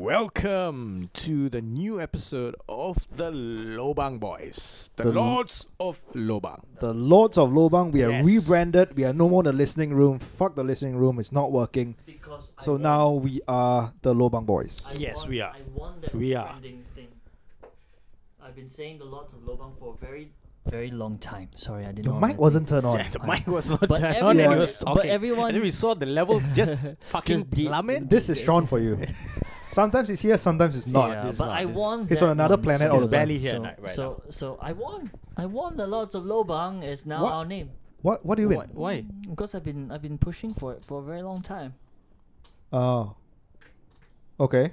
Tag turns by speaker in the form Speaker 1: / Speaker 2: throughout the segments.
Speaker 1: Welcome to the new episode of the Lobang Boys, the,
Speaker 2: The lo-
Speaker 1: Lords of Lobang.
Speaker 2: The Lords of Lobang, we are
Speaker 1: Yes.
Speaker 2: rebranded. We are no more the listening room. Fuck the listening room. It's not working.
Speaker 3: Because I
Speaker 2: So
Speaker 3: won.
Speaker 2: now we are the Lobang Boys.
Speaker 3: I
Speaker 1: Yes,
Speaker 3: won-
Speaker 1: we are.
Speaker 3: I won that
Speaker 1: We are.
Speaker 3: rebranding thing. I've been saying the lots of Lobang for a very, very long time. Sorry, I didn't.
Speaker 2: Your
Speaker 3: know
Speaker 2: mic
Speaker 3: that.
Speaker 2: wasn't turned on.
Speaker 1: Yeah, the mic was not
Speaker 3: But
Speaker 1: turned on and
Speaker 2: everyone-
Speaker 1: he was
Speaker 3: but
Speaker 1: talking.
Speaker 3: everyone-
Speaker 1: and then we saw the levels just fucking
Speaker 3: Just deep-
Speaker 1: plummet.
Speaker 2: This is Sean for you. sometimes it's here, sometimes it's not.
Speaker 3: Yeah,
Speaker 1: this
Speaker 3: but
Speaker 1: not,
Speaker 3: I
Speaker 1: this-
Speaker 3: won.
Speaker 2: He's on
Speaker 3: that
Speaker 2: another
Speaker 3: one,
Speaker 2: planet
Speaker 3: so-
Speaker 2: all the He's time.
Speaker 1: barely here
Speaker 3: so,
Speaker 1: ni- right
Speaker 3: so, so I won. I won the lots of Lobang is now
Speaker 2: What?
Speaker 3: our name Mm,
Speaker 2: What What do you
Speaker 1: Why?
Speaker 2: mean?
Speaker 1: why?
Speaker 3: because I've been I've been pushing for it for a very long time.
Speaker 2: Oh. Okay.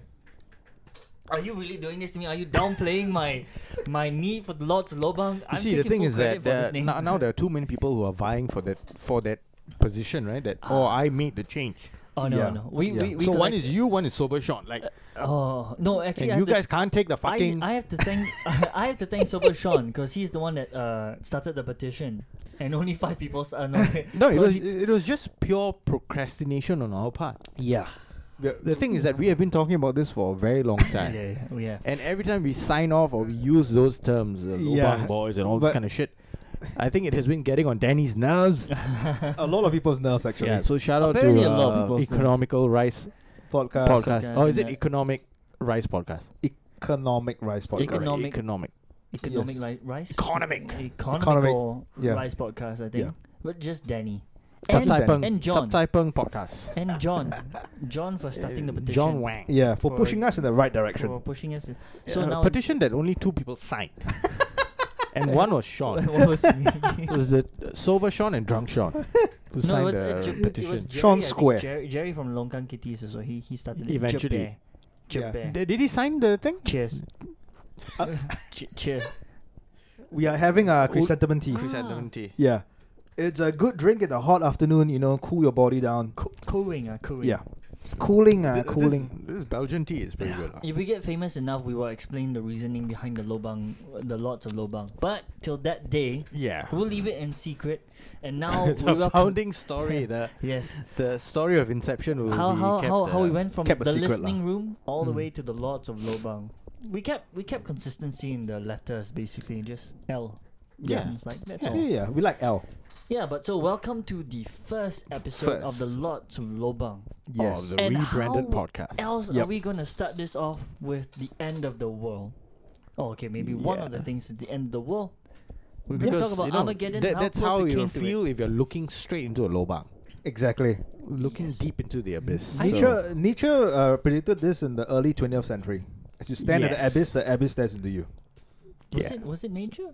Speaker 3: Are you really doing this to me? Are you downplaying my my need for the lots of Lobang?
Speaker 1: You
Speaker 3: I'm
Speaker 1: see, the
Speaker 3: taking
Speaker 1: thing
Speaker 3: full
Speaker 1: is that
Speaker 3: credit for
Speaker 1: there,
Speaker 3: this name.
Speaker 1: now, now there are too many people who are vying for that for that position, right? That oh, I made the change.
Speaker 3: oh no
Speaker 2: Yeah.
Speaker 3: no we
Speaker 2: Yeah.
Speaker 3: we, we
Speaker 1: so
Speaker 3: got
Speaker 1: one
Speaker 3: like-
Speaker 1: is you, one is sober Sean. Like,
Speaker 3: oh no actually I
Speaker 1: and you
Speaker 3: have to-
Speaker 1: guys can't take the fucking.
Speaker 3: I, I have to thank I have to thank Sober Sean because he's the one that uh, started the petition, and only five people. s- Uh, no,
Speaker 1: no, it
Speaker 3: no,
Speaker 1: was
Speaker 3: he-
Speaker 1: it was just pure procrastination on our part.
Speaker 2: Yeah.
Speaker 1: The thing is that we have been talking about this for a very long time.
Speaker 3: yeah, we have.
Speaker 1: And every time we sign off or we use those terms, uh,
Speaker 2: Yeah,
Speaker 1: lobang boys and all this
Speaker 2: but-
Speaker 1: kind of shit, I think it has been getting on Danny's nerves.
Speaker 2: a lot of people's nerves actually.
Speaker 1: yeah, so shout out
Speaker 3: Apparently
Speaker 1: to
Speaker 3: a lot of
Speaker 1: uh,
Speaker 3: people's nerves.
Speaker 1: Economical Rice
Speaker 2: podcast,
Speaker 1: Podcast.
Speaker 3: Podcast
Speaker 1: Oh, is it
Speaker 3: and that.
Speaker 1: Economic Rice Podcast?
Speaker 2: economic rice podcast.
Speaker 3: Economic-
Speaker 1: Correct, Economic.
Speaker 3: Economic
Speaker 2: Yes.
Speaker 3: li- rice.
Speaker 1: Economic.
Speaker 3: Economical
Speaker 2: yeah.
Speaker 3: rice podcast. I think,
Speaker 2: Yeah.
Speaker 3: but just Danny
Speaker 2: Chap
Speaker 3: and,
Speaker 2: Chai Peng.
Speaker 3: and John
Speaker 1: Chap Chai Peng Podcast.
Speaker 3: and John, John for starting the
Speaker 1: Uh,
Speaker 3: petition.
Speaker 1: John Wang.
Speaker 2: Yeah, for,
Speaker 3: For-
Speaker 2: pushing us in the right
Speaker 3: for
Speaker 2: direction.
Speaker 3: pushing us. So
Speaker 1: Uh,
Speaker 3: now
Speaker 1: petition that only two people signed. and one was Sean.
Speaker 3: What was me?
Speaker 1: it was the uh, sober Sean and drunk Sean who
Speaker 3: no, it
Speaker 1: signed
Speaker 3: was,
Speaker 1: the
Speaker 3: uh, Ju-
Speaker 1: petition.
Speaker 3: It was Jerry,
Speaker 2: Sean
Speaker 3: I think,
Speaker 2: Square.
Speaker 3: Jerry, Jerry from Longkang Kitties, so he he started it.
Speaker 1: Eventually.
Speaker 2: Yeah.
Speaker 3: Japan.
Speaker 1: D- did he sign the thing?
Speaker 3: Cheers. Uh. Che- cheer.
Speaker 2: We are having a chrysanthemum tea.
Speaker 1: Chrysanthemum tea.
Speaker 2: Yeah. It's a good drink in the hot afternoon, you know, cool your body down.
Speaker 3: Co- cooling, uh, cooling.
Speaker 2: Yeah. It's cooling, uh,
Speaker 1: Th- this-
Speaker 2: cooling.
Speaker 1: This, Belgian tea is pretty good. ah. lah.
Speaker 3: If we get famous enough, we will explain the reasoning behind the lobang, the lots of lobang. But till that day,
Speaker 1: Yeah.
Speaker 3: we'll leave it in secret. And now we
Speaker 1: the
Speaker 3: welcome-
Speaker 1: founding story, the
Speaker 3: Yes.
Speaker 1: the story of inception will
Speaker 3: How
Speaker 1: be
Speaker 3: how
Speaker 1: kept,
Speaker 3: how, how we
Speaker 1: uh,
Speaker 3: went from
Speaker 2: kept a
Speaker 3: the
Speaker 2: secret lah.
Speaker 3: listening room all the
Speaker 1: Mm.
Speaker 3: way to the lots of lobang. We kept we kept consistency in the letters basically, just L.
Speaker 1: Yeah.
Speaker 3: It's like that's
Speaker 2: Yeah,
Speaker 3: all.
Speaker 2: yeah, yeah, we like L.
Speaker 3: Yeah, but so welcome to the first episode of the
Speaker 1: First.
Speaker 3: lots of lobang.
Speaker 1: of Oh, the
Speaker 3: And
Speaker 1: rebranded
Speaker 3: how
Speaker 1: podcast.
Speaker 3: else
Speaker 2: Yep.
Speaker 3: are we gonna start this off with the end of the world? Oh, okay, maybe one of the
Speaker 1: Yeah.
Speaker 3: things is the end of the world. We're
Speaker 1: Because,
Speaker 3: gonna talk about
Speaker 1: you know,
Speaker 3: Armageddon.
Speaker 1: that-
Speaker 3: how
Speaker 1: that's
Speaker 3: close
Speaker 1: how
Speaker 3: we
Speaker 1: you
Speaker 3: came to it.
Speaker 1: feel if you're looking straight into a lobang,
Speaker 2: Exactly.
Speaker 1: looking deep into the abyss.
Speaker 3: I
Speaker 2: Nietzsche
Speaker 1: So-
Speaker 2: Nietzsche uh, predicted this in the early 20th century. As you stand at
Speaker 1: Yes.
Speaker 2: the abyss, the abyss stares into you.
Speaker 3: Was
Speaker 1: yeah.
Speaker 3: it was it nature?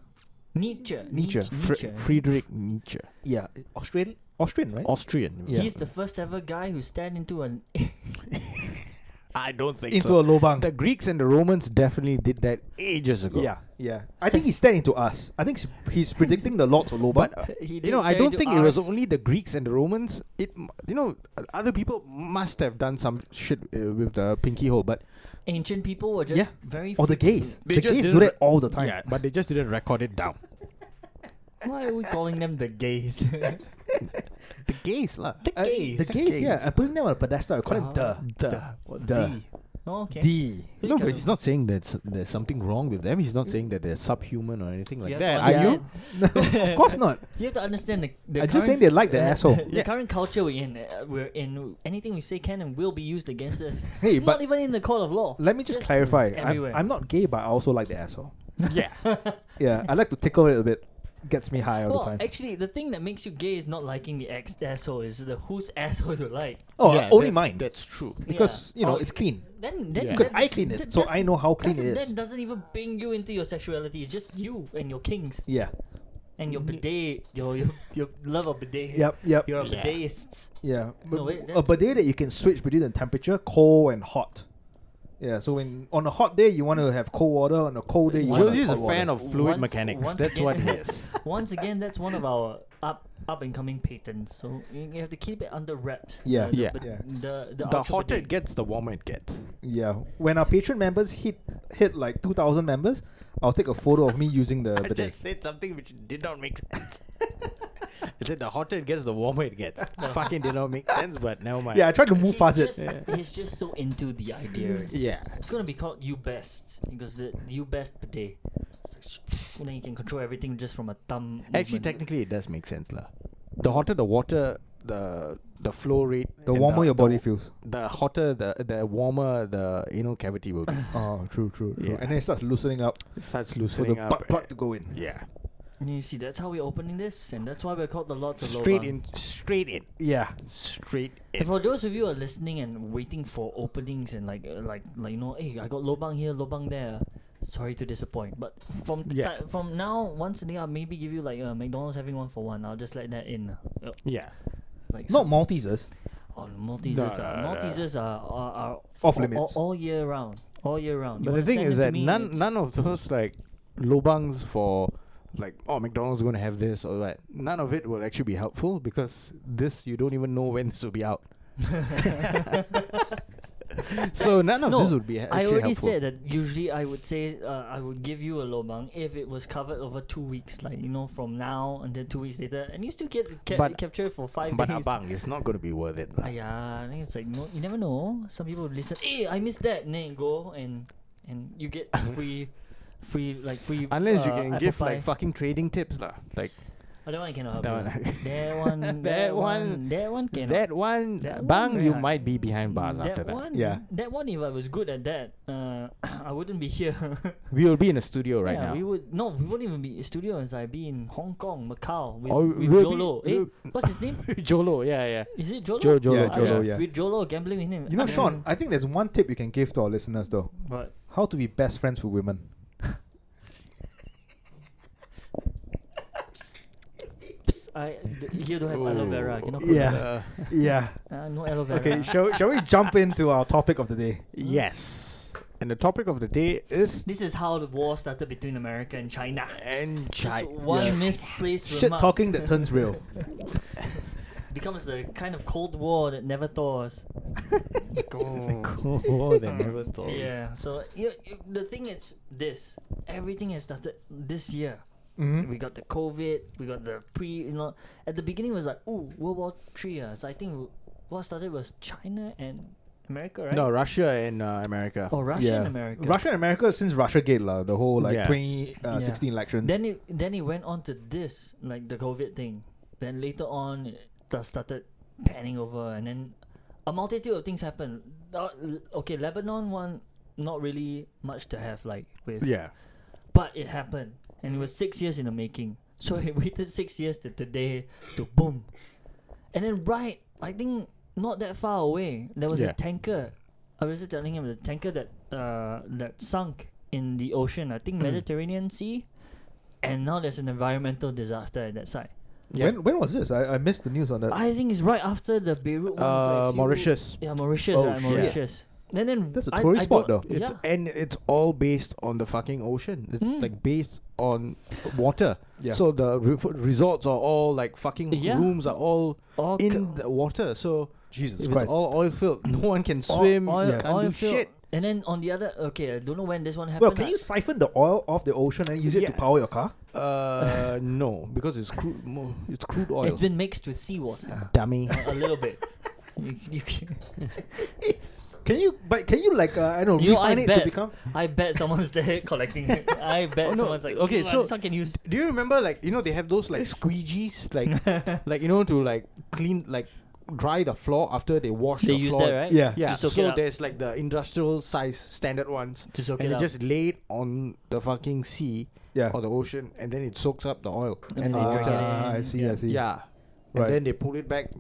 Speaker 3: Nietzsche.
Speaker 2: Nietzsche.
Speaker 3: Nietzsche.
Speaker 1: Fre-
Speaker 3: Nietzsche, I think.
Speaker 1: Friedrich Nietzsche,
Speaker 2: Yeah, Australian, Austrian, right?
Speaker 1: Austrian.
Speaker 2: Yeah.
Speaker 3: He's the first ever guy who stand into an.
Speaker 1: I don't think
Speaker 2: into
Speaker 1: so.
Speaker 2: a lobang.
Speaker 1: the Greeks and the Romans definitely did that ages ago.
Speaker 2: yeah, yeah. I think he's staring to us. I think s- he's predicting the Lord's lobang.
Speaker 1: But uh,
Speaker 3: He
Speaker 1: you
Speaker 3: did
Speaker 1: know, I
Speaker 3: say
Speaker 1: don't
Speaker 3: to
Speaker 1: think it was
Speaker 3: us-
Speaker 1: only the Greeks and the Romans. It, m- you know, o- other people must have done some shit uh, with the pinky hole, but
Speaker 3: Ancient people were just
Speaker 2: Yeah.
Speaker 3: very.
Speaker 2: or the
Speaker 3: frequent-
Speaker 2: gays.
Speaker 1: They
Speaker 2: the
Speaker 1: just
Speaker 2: gays do
Speaker 1: didn't
Speaker 2: that all the time.
Speaker 1: yeah, but they just didn't record it down.
Speaker 3: Why are we calling them the gays?
Speaker 1: Uh, The gays, lah.
Speaker 3: The
Speaker 2: Uh,
Speaker 3: gays.
Speaker 2: the gays,
Speaker 1: Gays. Ah.
Speaker 2: yeah. I'm putting them on a pedestal. I call
Speaker 3: Oh.
Speaker 2: them
Speaker 1: The,
Speaker 2: the,
Speaker 3: Oh, okay.
Speaker 2: the, the.
Speaker 1: No,
Speaker 3: Kind
Speaker 1: but
Speaker 3: of-
Speaker 1: he's not saying that s- there's something wrong with them. He's not saying that they're subhuman or anything like
Speaker 3: You have
Speaker 1: that.
Speaker 3: to
Speaker 1: Are you?
Speaker 3: understand-
Speaker 2: of course not.
Speaker 3: You have to understand the. the
Speaker 2: I'm just
Speaker 3: current- uh,
Speaker 2: saying they like the asshole.
Speaker 3: The
Speaker 1: Yeah.
Speaker 3: current culture we're in, uh, we're in. Anything we say can and will be used against us.
Speaker 2: Hey,
Speaker 3: not
Speaker 2: but
Speaker 3: even in the court of law.
Speaker 2: let me just
Speaker 3: Just
Speaker 2: clarify. I'm,
Speaker 3: everywhere.
Speaker 2: I'm not gay, but I also like the asshole.
Speaker 1: Yeah.
Speaker 2: Yeah, I like to tickle it a bit. Gets me high all
Speaker 3: well,
Speaker 2: the time.
Speaker 3: actually, the thing that makes you gay is not liking the ex asshole. Is the whose asshole you like?
Speaker 2: Oh,
Speaker 1: Yeah,
Speaker 2: only
Speaker 1: that-
Speaker 2: mine.
Speaker 1: That's true.
Speaker 2: because
Speaker 3: Yeah.
Speaker 2: you know
Speaker 3: Oh,
Speaker 2: it's clean.
Speaker 3: Then, then
Speaker 1: Yeah.
Speaker 2: Because
Speaker 3: that-
Speaker 2: I clean it,
Speaker 3: that-
Speaker 2: so
Speaker 3: that
Speaker 2: I know how clean it
Speaker 3: doesn't- That
Speaker 2: is.
Speaker 3: doesn't even bring you into your sexuality. It's just you and your kings
Speaker 2: Yeah.
Speaker 3: and your bidet, your your, your love of bidet.
Speaker 2: Yep. Yep.
Speaker 3: You're a
Speaker 1: Yeah.
Speaker 3: bidetist.
Speaker 2: Yeah.
Speaker 3: No,
Speaker 2: But
Speaker 3: wait,
Speaker 2: a
Speaker 3: that's-
Speaker 2: bidet that you can switch between the temperature, cold and hot. Yeah. So when on a hot day you want to have cold water, on a cold day you want
Speaker 1: Josie is a
Speaker 2: hot water.
Speaker 1: fan of fluid
Speaker 3: Once-
Speaker 1: mechanics.
Speaker 3: once
Speaker 1: that's
Speaker 3: again-
Speaker 1: what he is.
Speaker 3: Once again, that's one of our up up and coming patents. So you you have to keep it under wraps.
Speaker 2: Yeah.
Speaker 3: The- the
Speaker 1: Yeah.
Speaker 3: bid-
Speaker 2: Yeah.
Speaker 3: The the,
Speaker 1: The
Speaker 3: ultra
Speaker 1: hotter
Speaker 3: bidet.
Speaker 1: it gets, the warmer it gets.
Speaker 2: Yeah. When our patron members hit hit like two thousand members, I'll take a photo of me using the
Speaker 1: I
Speaker 2: bidet.
Speaker 1: just said something which did not make sense. it's said the hotter it gets, the warmer it gets. Fucking did not make sense, but never mind.
Speaker 2: Yeah, I tried to move
Speaker 3: He's
Speaker 2: past
Speaker 3: just,
Speaker 2: it.
Speaker 3: He's just so into the idea.
Speaker 1: Yeah.
Speaker 3: It's gonna be called You Best because the You Best bidet. It's like sh- and then you can control everything just from a thumb.
Speaker 1: Actually,
Speaker 3: movement.
Speaker 1: technically, it does make sense, lah. The hotter the water, the the flow rate.
Speaker 2: The
Speaker 1: and
Speaker 2: warmer your
Speaker 1: the-
Speaker 2: body feels.
Speaker 1: The hotter, the the warmer the anal cavity will be.
Speaker 2: Oh, true, true, true.
Speaker 1: Yeah.
Speaker 2: And then it starts loosening up
Speaker 1: It starts
Speaker 2: for the
Speaker 1: loosening up.
Speaker 2: butt plug to go in.
Speaker 1: Yeah.
Speaker 3: And you see, that's how we're opening this, and that's why we're called the Lords of
Speaker 1: Straight
Speaker 3: Loba.
Speaker 1: in. Straight in.
Speaker 2: Yeah.
Speaker 1: Straight
Speaker 3: And
Speaker 1: in.
Speaker 3: for those of you who are listening and waiting for openings and like uh, like like you know, hey, I got lobang here, lobang there. Sorry to disappoint, but from
Speaker 1: Yeah.
Speaker 3: ti- from now once a day, I'll maybe give you like uh, McDonald's having one for one. I'll just let that in. Uh,
Speaker 1: Yeah.
Speaker 3: like
Speaker 2: Not Maltesers.
Speaker 3: Oh, the Maltesers,
Speaker 1: No,
Speaker 3: are,
Speaker 1: no, no.
Speaker 3: Maltesers are are, are
Speaker 2: Off
Speaker 3: all-
Speaker 2: limits.
Speaker 3: all, all year round, all year round.
Speaker 1: But
Speaker 3: You
Speaker 1: the
Speaker 3: wanna
Speaker 1: thing
Speaker 3: send
Speaker 1: is
Speaker 3: them
Speaker 1: that
Speaker 3: to me,
Speaker 1: none
Speaker 3: it's-
Speaker 1: none of those like lobangs for like oh McDonald's going to have this or that. None of it will actually be helpful because this you don't even know when this will be out. so none of
Speaker 3: no,
Speaker 1: this would be ha-
Speaker 3: I
Speaker 1: actually
Speaker 3: already
Speaker 1: helpful.
Speaker 3: said that usually I would say uh, I would give you a lobang if it was covered over two weeks, like you know, from now until two weeks later, and you still get ca-
Speaker 1: But-
Speaker 3: captured for five
Speaker 1: but
Speaker 3: days.
Speaker 1: abang, it's not going to be worth it. lah.
Speaker 3: Aya, I think it's like no, you never know. Some people would listen. Hey, I missed that. And then you go and and you get free, free like free.
Speaker 1: Unless you
Speaker 3: uh,
Speaker 1: can
Speaker 3: apple
Speaker 1: give like
Speaker 3: pie.
Speaker 1: fucking trading tips lah, like
Speaker 3: Oh, that one I cannot help.
Speaker 1: That
Speaker 3: you.
Speaker 1: one.
Speaker 3: that one, that,
Speaker 1: That
Speaker 3: one,
Speaker 1: one-
Speaker 3: that one cannot.
Speaker 1: that one
Speaker 3: That
Speaker 1: bang,
Speaker 3: one,
Speaker 1: you
Speaker 3: yeah.
Speaker 1: might be behind bars
Speaker 3: Mm, that
Speaker 1: after that.
Speaker 3: one,
Speaker 2: Yeah.
Speaker 3: That one, if I was good at that, uh, I wouldn't be here.
Speaker 1: We will be in a studio right
Speaker 3: yeah,
Speaker 1: now.
Speaker 3: we would no, we wouldn't even be studio and I'd be in Hong Kong, Macau with,
Speaker 1: Or
Speaker 3: with
Speaker 1: we'll be-
Speaker 3: Jolo. eh,
Speaker 1: we'll-
Speaker 3: what's his name?
Speaker 1: Jolo, yeah, yeah.
Speaker 3: Is it Jolo?
Speaker 1: Jo- Jolo,
Speaker 2: Yeah,
Speaker 3: Ah,
Speaker 2: Jolo, yeah.
Speaker 3: With Jolo gambling with him.
Speaker 2: You know,
Speaker 3: I
Speaker 2: Sean,
Speaker 3: don't
Speaker 2: I think there's one tip you can give to our listeners though.
Speaker 3: know. But
Speaker 2: How to be best friends with women.
Speaker 3: psst, I d- here don't have aloe vera. I cannot put
Speaker 2: Yeah.
Speaker 3: aloe-
Speaker 1: Uh,
Speaker 2: Yeah.
Speaker 3: Uh, no aloe vera.
Speaker 2: Okay, shall, shall we jump into our topic of the day?
Speaker 1: yes. And the topic of the day is
Speaker 3: This is how the war started between America and China.
Speaker 1: and
Speaker 3: Just
Speaker 1: China.
Speaker 3: one misplaced
Speaker 2: Shit
Speaker 3: remark
Speaker 2: talking that turns real.
Speaker 3: becomes the kind of cold war that never thaws.
Speaker 1: they never thought.
Speaker 3: Yeah. So you, you- the thing is this: everything has started this year.
Speaker 2: Mhm.
Speaker 1: Hmm?
Speaker 3: We got the COVID. We got the pre. You know, at the beginning it was like, ooh, World War Three. Uh, so I think w- what started was China and America, right? Oh,
Speaker 1: No, Russia and uh, America.
Speaker 3: Or Russia and America.
Speaker 2: Russia and America since Russia Gate la, the whole like
Speaker 1: Yeah.
Speaker 2: 2016
Speaker 3: Yeah.
Speaker 2: elections.
Speaker 3: Then it then it went on to this like the COVID thing. Then later on, it sta- started panning over, and then a multitude of things happened. Uh, l- okay, Lebanon one not really much to have like with.
Speaker 1: Yeah.
Speaker 3: But it happened, and it was six years in the making. So it waited six years to today to boom, and then right, I think not that far away, there was
Speaker 1: Yeah.
Speaker 3: a tanker. I was just telling him the tanker that uh that sunk in the ocean. I think
Speaker 1: Hmm.
Speaker 3: Mediterranean Sea, and now there's an environmental disaster at that site.
Speaker 1: Yeah.
Speaker 2: When when was this? I, I missed the news on that.
Speaker 3: I think it's right after the Beirut one. it's like
Speaker 1: uh,
Speaker 3: few-
Speaker 1: Mauritius.
Speaker 3: Yeah, Mauritius.
Speaker 2: Oh,
Speaker 3: right,
Speaker 2: shit.
Speaker 3: Mauritius. Then then
Speaker 2: That's a
Speaker 3: I-
Speaker 2: tourist
Speaker 3: I
Speaker 2: spot
Speaker 3: don't-
Speaker 2: though.
Speaker 1: It's
Speaker 3: yeah.
Speaker 1: and it's all based on the fucking ocean. It's
Speaker 3: Mm.
Speaker 1: like based on water.
Speaker 2: Yeah.
Speaker 1: So the re- resorts are all like fucking
Speaker 3: Yeah.
Speaker 1: rooms are all
Speaker 3: All co-
Speaker 1: in the water. So
Speaker 2: Jesus
Speaker 1: if it's
Speaker 2: Christ.
Speaker 1: all oil filled, no one can
Speaker 3: Oil-
Speaker 1: swim.
Speaker 3: oil-
Speaker 1: you can't do
Speaker 3: oil field.
Speaker 1: shit.
Speaker 3: And then on the other, okay, I don't know when this one happened.
Speaker 2: well, can
Speaker 3: ah.
Speaker 2: you siphon the oil off the ocean and use it to
Speaker 1: Yeah.
Speaker 2: power your car?
Speaker 1: Uh, no, because it's crude. mo- It's crude oil.
Speaker 3: It's been mixed with seawater
Speaker 1: dummy.
Speaker 2: Ah.
Speaker 3: a little bit. You, you can-
Speaker 2: Can you? But can you like uh, I don't know,
Speaker 3: You know, I
Speaker 2: refine it to
Speaker 3: bet-
Speaker 2: become?
Speaker 3: I bet someone's there collecting it. I bet
Speaker 1: Oh, no,
Speaker 3: someone's like,
Speaker 1: okay,
Speaker 3: okay,
Speaker 1: so-
Speaker 3: so this one can use.
Speaker 1: Do you remember like you know they have those like squeegees like like you know to like clean like dry the floor after they wash the
Speaker 3: They use
Speaker 1: floor.
Speaker 3: that, right?
Speaker 2: Yeah.
Speaker 1: Yeah,
Speaker 3: To soak it
Speaker 1: so
Speaker 3: up.
Speaker 1: there's like the industrial size standard ones,
Speaker 3: To soak
Speaker 1: and
Speaker 3: it
Speaker 1: they
Speaker 3: up.
Speaker 1: just lay it on the fucking sea
Speaker 2: Yeah.
Speaker 1: or the ocean, and then it soaks up the oil.
Speaker 3: And
Speaker 1: And
Speaker 3: then
Speaker 1: they
Speaker 3: you
Speaker 1: drink
Speaker 3: drink
Speaker 1: it.
Speaker 3: it.
Speaker 2: Ah, I see. I see.
Speaker 1: yeah,
Speaker 2: Right.
Speaker 1: and then they pull it back,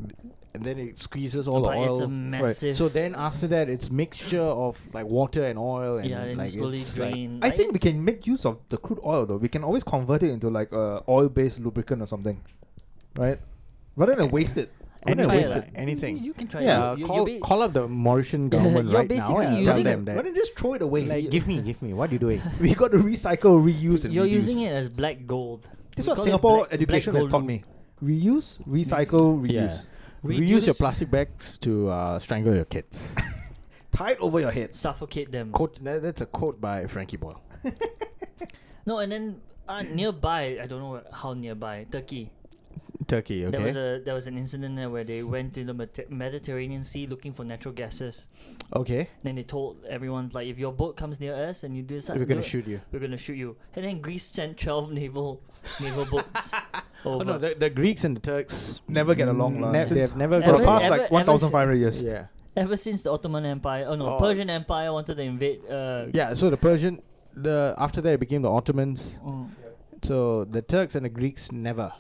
Speaker 1: and then it squeezes all
Speaker 3: but
Speaker 1: the oil.
Speaker 3: it's a massive.
Speaker 1: So then after that, it's mixture of like water and oil, and
Speaker 3: yeah, and
Speaker 1: like
Speaker 3: slowly
Speaker 1: it's like-
Speaker 3: drain.
Speaker 2: I
Speaker 3: Like,
Speaker 2: think we
Speaker 3: it's-
Speaker 2: can make use of the crude oil though. We can always convert it into like a oil-based lubricant or something, right? Rather than waste it.
Speaker 1: And
Speaker 2: Rather than
Speaker 1: try
Speaker 2: waste
Speaker 1: it,
Speaker 2: it.
Speaker 1: like- anything.
Speaker 3: You, you can try.
Speaker 2: Yeah,
Speaker 3: it.
Speaker 1: Uh,
Speaker 3: You- you
Speaker 1: call,
Speaker 3: be-
Speaker 1: call up the Mauritian government
Speaker 3: You're
Speaker 1: right now
Speaker 3: basically
Speaker 1: and tell
Speaker 3: using
Speaker 1: them
Speaker 2: Why
Speaker 1: that.
Speaker 2: don't you just throw it away?
Speaker 1: Like, give me, give me. What are you doing?
Speaker 2: we got to recycle, reuse, and
Speaker 3: You're
Speaker 2: reduce.
Speaker 3: using it as black gold.
Speaker 2: This is
Speaker 3: We
Speaker 2: what
Speaker 3: call it
Speaker 2: Singapore
Speaker 3: black- black
Speaker 2: education has
Speaker 3: gold
Speaker 2: taught me: reuse, recycle, reduce.
Speaker 1: Yeah. Reuse your plastic bags to uh, strangle your kids.
Speaker 2: Tie it over your head.
Speaker 3: Suffocate them.
Speaker 1: quote. That, that's a quote by Frankie Boyle.
Speaker 3: No, and then uh, nearby, I don't know where- how nearby, Turkey.
Speaker 1: Turkey. Okay.
Speaker 3: There was a there was an incident there where they went to the Mete- Mediterranean Sea looking for natural gases.
Speaker 1: okay.
Speaker 3: Then they told everyone like, if your boat comes near us and you decide
Speaker 1: We're
Speaker 3: to do
Speaker 1: gonna
Speaker 3: it,
Speaker 1: shoot you.
Speaker 3: we're gonna shoot you. And then Greece sent twelve naval naval boats
Speaker 1: Oh
Speaker 3: over.
Speaker 1: no, the, the Greeks and the Turks
Speaker 2: Never get along, lah.
Speaker 1: ne-
Speaker 2: Since-
Speaker 1: they've never
Speaker 2: For
Speaker 1: got
Speaker 2: the
Speaker 3: Ever-
Speaker 2: past
Speaker 3: ever-
Speaker 2: like
Speaker 3: ever
Speaker 2: 1,500 years.
Speaker 1: Yeah.
Speaker 3: Ever since the Ottoman Empire, oh no,
Speaker 1: Oh.
Speaker 3: Persian Empire wanted to invade. Uh,
Speaker 1: Yeah. So the Persian, the after that it became the Ottomans.
Speaker 3: mm.
Speaker 1: So the Turks and the Greeks never.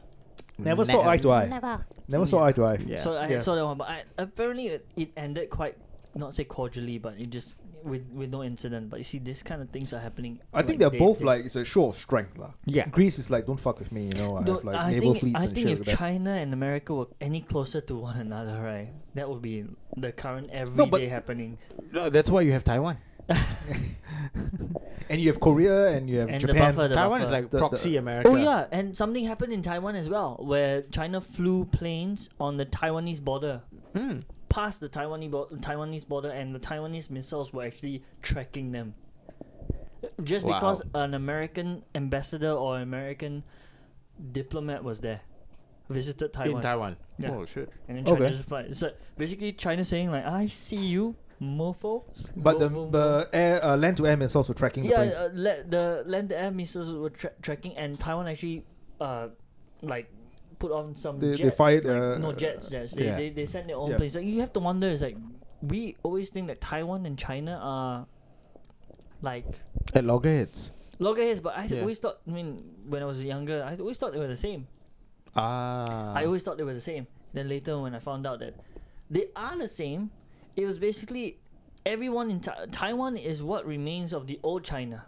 Speaker 2: Never saw eye to eye.
Speaker 4: Never.
Speaker 2: Never saw
Speaker 3: Yeah.
Speaker 2: eye to eye.
Speaker 1: Yeah.
Speaker 3: So I
Speaker 2: Yeah.
Speaker 3: saw that one, but I, apparently it, it ended quite not say cordially, but it just with with no incident. But you see, these kind of things are happening.
Speaker 2: I think
Speaker 3: like,
Speaker 2: they're
Speaker 3: day-
Speaker 2: both
Speaker 3: day-
Speaker 2: like it's a show of strength, lah.
Speaker 1: Yeah.
Speaker 2: Greece is like don't fuck with me, you know. I
Speaker 3: Though
Speaker 2: have like
Speaker 3: I
Speaker 2: naval
Speaker 3: think,
Speaker 2: fleets
Speaker 3: I
Speaker 2: and
Speaker 3: think
Speaker 2: shit.
Speaker 3: if
Speaker 2: like that.
Speaker 3: China and America were any closer to one another, right, that would be the current everyday
Speaker 2: but-
Speaker 3: happenings.
Speaker 1: No, that's why you have Taiwan.
Speaker 2: and you have Korea and you have
Speaker 3: And the
Speaker 2: Japan.
Speaker 3: buffer, the
Speaker 1: Taiwan is
Speaker 3: buffer.
Speaker 1: like
Speaker 2: The- the-
Speaker 1: proxy America.
Speaker 3: Oh yeah, and something happened in Taiwan as well, where China flew planes on the Taiwanese border,
Speaker 1: Mm.
Speaker 3: past the Taiwanese bo- Taiwanese border, and the Taiwanese missiles were actually tracking them. Just
Speaker 1: Wow.
Speaker 3: because an American ambassador or American diplomat was there, visited Taiwan,
Speaker 1: In Taiwan.
Speaker 3: Yeah.
Speaker 1: Oh shit.
Speaker 3: and then
Speaker 2: Okay.
Speaker 3: China just fly. So basically, China saying like, "I see you, mofo's."
Speaker 2: But
Speaker 3: Go,
Speaker 2: the,
Speaker 3: go, go."
Speaker 2: the air uh, land to air missiles also tracking
Speaker 3: yeah,
Speaker 2: the planes.
Speaker 3: uh, le- the land air missiles were tra- tracking, and Taiwan actually, uh, like, put on some
Speaker 2: They- they
Speaker 3: jets.
Speaker 2: fired,
Speaker 3: like,
Speaker 2: uh,
Speaker 3: no jets. Jets. They,
Speaker 1: yeah.
Speaker 3: they they sent their own
Speaker 2: Yeah.
Speaker 3: planes. Like, you have to wonder. Is like we always think that Taiwan and China are, like.
Speaker 1: At loggerheads.
Speaker 3: Loggerheads, but I
Speaker 1: Yeah.
Speaker 3: always thought. I mean, when I was younger, I always thought they were the same.
Speaker 1: Ah.
Speaker 3: I always thought they were the same. Then later, when I found out that they are the same, it was basically everyone in Ta- Taiwan is what remains of the old China.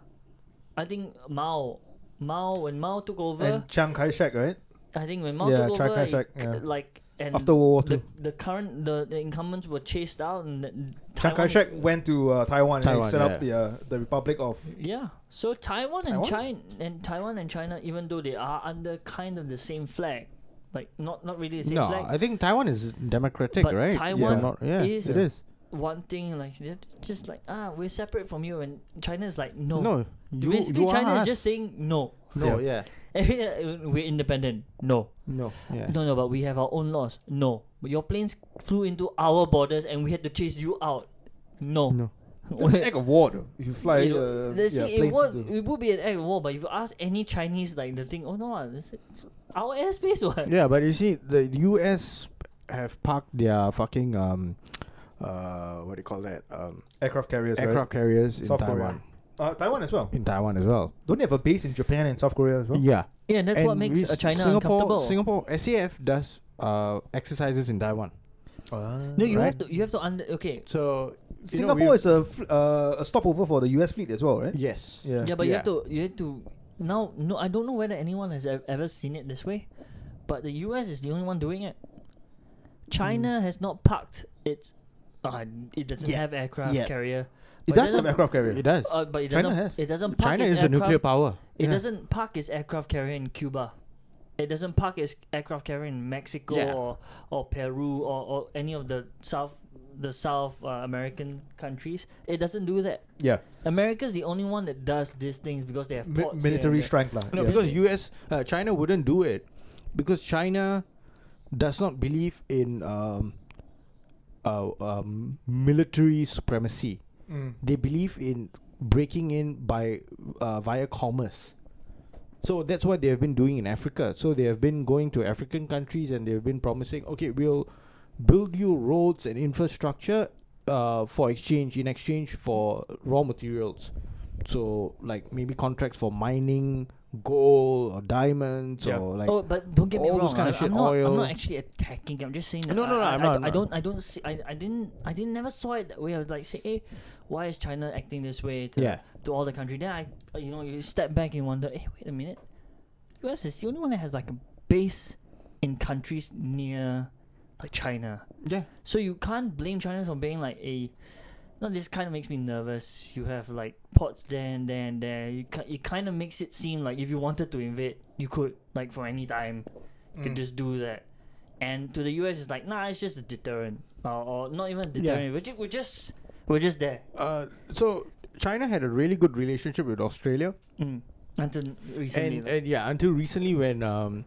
Speaker 3: I think Mao, Mao when Mao took over,
Speaker 2: and Chiang Kai Shek, right?
Speaker 3: I think when Mao
Speaker 2: Yeah,
Speaker 3: took
Speaker 2: Chiang
Speaker 3: over,
Speaker 2: Kai-shek,
Speaker 3: it-
Speaker 2: yeah.
Speaker 3: like and
Speaker 2: After World War
Speaker 3: the,
Speaker 2: Two.
Speaker 3: the current the, the incumbents were chased out and the-
Speaker 2: Chiang
Speaker 3: Taiwan
Speaker 2: Kai
Speaker 3: is-
Speaker 2: Shek went to uh, Taiwan, and
Speaker 1: Taiwan,
Speaker 2: he set up
Speaker 1: yeah.
Speaker 2: the uh, the Republic of.
Speaker 3: Yeah. So Taiwan, and China
Speaker 2: Taiwan?
Speaker 3: and Taiwan and China, even though they are under kind of the same flag, like not not really the same
Speaker 1: no,
Speaker 3: flag.
Speaker 1: I think Taiwan is democratic,
Speaker 3: But
Speaker 1: right?
Speaker 3: Taiwan
Speaker 1: If I'm yeah,
Speaker 3: is-
Speaker 1: it is.
Speaker 3: one thing like they're just like ah we're separate from you and China is like no
Speaker 1: No, you,
Speaker 3: basically
Speaker 1: you
Speaker 3: China
Speaker 1: are
Speaker 3: is
Speaker 1: us.
Speaker 3: just saying no uh,
Speaker 1: no, yeah,
Speaker 3: we're independent no
Speaker 1: no, yeah.
Speaker 3: no no but we have our own laws no but your planes flew into our borders and we had to chase you out no
Speaker 1: No.
Speaker 2: It's an act of war, though. If you fly,
Speaker 3: It-
Speaker 2: uh,
Speaker 3: let's
Speaker 2: yeah,
Speaker 3: see, it
Speaker 2: planes
Speaker 3: would
Speaker 2: into-
Speaker 3: it would be an act of war but if you ask any Chinese like the thing oh no ah, this is our airspace what
Speaker 1: Yeah, but you see, the U.S. have parked their fucking um, uh, what do you call that? Um,
Speaker 2: aircraft carriers,
Speaker 1: aircraft carriers in
Speaker 2: South Korea.
Speaker 1: Taiwan,
Speaker 2: right? Uh, Taiwan as well.
Speaker 1: in Taiwan as well.
Speaker 2: Don't they have a base in Japan and South Korea as well?
Speaker 1: Yeah,
Speaker 3: yeah and that's what
Speaker 1: And
Speaker 3: makes
Speaker 1: we-
Speaker 3: uh, China
Speaker 1: Singapore,
Speaker 3: uncomfortable
Speaker 1: Singapore SAF does uh exercises in Taiwan,
Speaker 3: no you
Speaker 1: Right.
Speaker 3: have to you have to under okay
Speaker 1: so
Speaker 2: Ah, Singapore
Speaker 1: you know, we-
Speaker 2: is a fl- uh, a stopover for the U.S. fleet as well, right?
Speaker 1: yes,
Speaker 2: Yeah.
Speaker 3: Yeah, but you have
Speaker 1: Yeah.
Speaker 3: to you have to now no I don't know whether anyone has ev- ever seen it this way, but the US is the only one doing it. China
Speaker 2: Hmm.
Speaker 3: has not parked its uh, it doesn't
Speaker 2: Yet.
Speaker 3: have aircraft
Speaker 2: Yet.
Speaker 3: carrier.
Speaker 2: It
Speaker 3: But
Speaker 2: does have
Speaker 3: doesn't-
Speaker 2: aircraft carrier.
Speaker 1: it does.
Speaker 3: Uh, but it
Speaker 1: China
Speaker 3: doesn't
Speaker 2: has.
Speaker 3: it doesn't park
Speaker 1: China
Speaker 3: its
Speaker 1: is a
Speaker 3: aircraft,
Speaker 1: nuclear power.
Speaker 3: It
Speaker 1: yeah.
Speaker 3: doesn't park its aircraft carrier in Cuba. It doesn't park its aircraft carrier in Mexico
Speaker 1: Yeah.
Speaker 3: or, or Peru or, or any of the South the South uh, American countries. It doesn't do that.
Speaker 2: yeah.
Speaker 3: America's the only one that does these things because they have
Speaker 2: Mi-
Speaker 3: ports here and
Speaker 2: military
Speaker 3: there.
Speaker 2: strength, lah.
Speaker 1: No,
Speaker 2: yeah.
Speaker 1: because US, uh, China wouldn't do it because China does not believe in um, uh, um, military supremacy.
Speaker 2: Mm.
Speaker 1: They believe in breaking in by uh, via commerce. So that's what they have been doing in Africa. So they have been going to African countries and they have been promising, okay, we'll build you roads and infrastructure uh, for exchange in exchange for raw materials. So like maybe contracts for mining gold or diamonds
Speaker 2: Yeah.
Speaker 1: or like
Speaker 3: oh, but don't get me
Speaker 1: all
Speaker 3: wrong.
Speaker 1: those kind
Speaker 3: I,
Speaker 1: of shit,
Speaker 3: I'm, not, I'm
Speaker 1: oil.
Speaker 3: not actually attacking. it, I'm just saying. That
Speaker 1: No, no, no,
Speaker 3: I, I,
Speaker 1: I'm
Speaker 3: I,
Speaker 1: not,
Speaker 3: I
Speaker 1: no.
Speaker 3: don't. I don't see. I, I didn't. I didn't. Never saw it that way. I was like, say, hey, why is China acting this way to,
Speaker 1: Yeah.
Speaker 3: to all the country? Then I, uh, you know, you step back and wonder, hey, wait a minute. U.S. is the only one that has like a base in countries near, like China.
Speaker 1: yeah.
Speaker 3: So you can't blame China for being like a. No, this kind of makes me nervous. You have like ports there and there and there. You ki- it kind of makes it seem like if you wanted to invade, you could like for any time, you could
Speaker 2: Mm.
Speaker 3: just do that. And to the US, it's like nah, it's just a deterrent, or, or not even a
Speaker 1: Yeah.
Speaker 3: deterrent. We're, just, we're just we're just there
Speaker 1: Uh, so China had a really good relationship with Australia.
Speaker 3: mm. until recently.
Speaker 1: and,
Speaker 3: like-
Speaker 1: and yeah, until recently when um,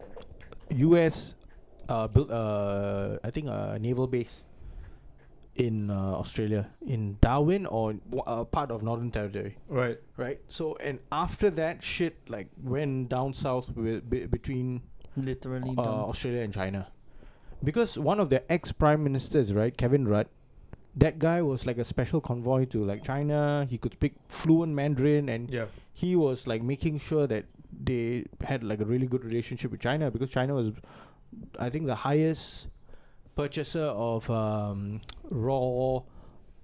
Speaker 1: U.S. uh, built uh, I think a naval base in uh, Australia in Darwin or in wa- uh, part of Northern Territory,
Speaker 2: Right.
Speaker 1: right? So and after that shit like went down south with, be, between
Speaker 3: Literally
Speaker 1: uh,
Speaker 3: done.
Speaker 1: Australia and China, because one of their ex prime ministers, right, Kevin Rudd, that guy was like a special convoy to like China. He could speak fluent Mandarin and
Speaker 2: Yeah.
Speaker 1: he was like making sure that they had like a really good relationship with China because China was, I think, the highest purchaser of um, raw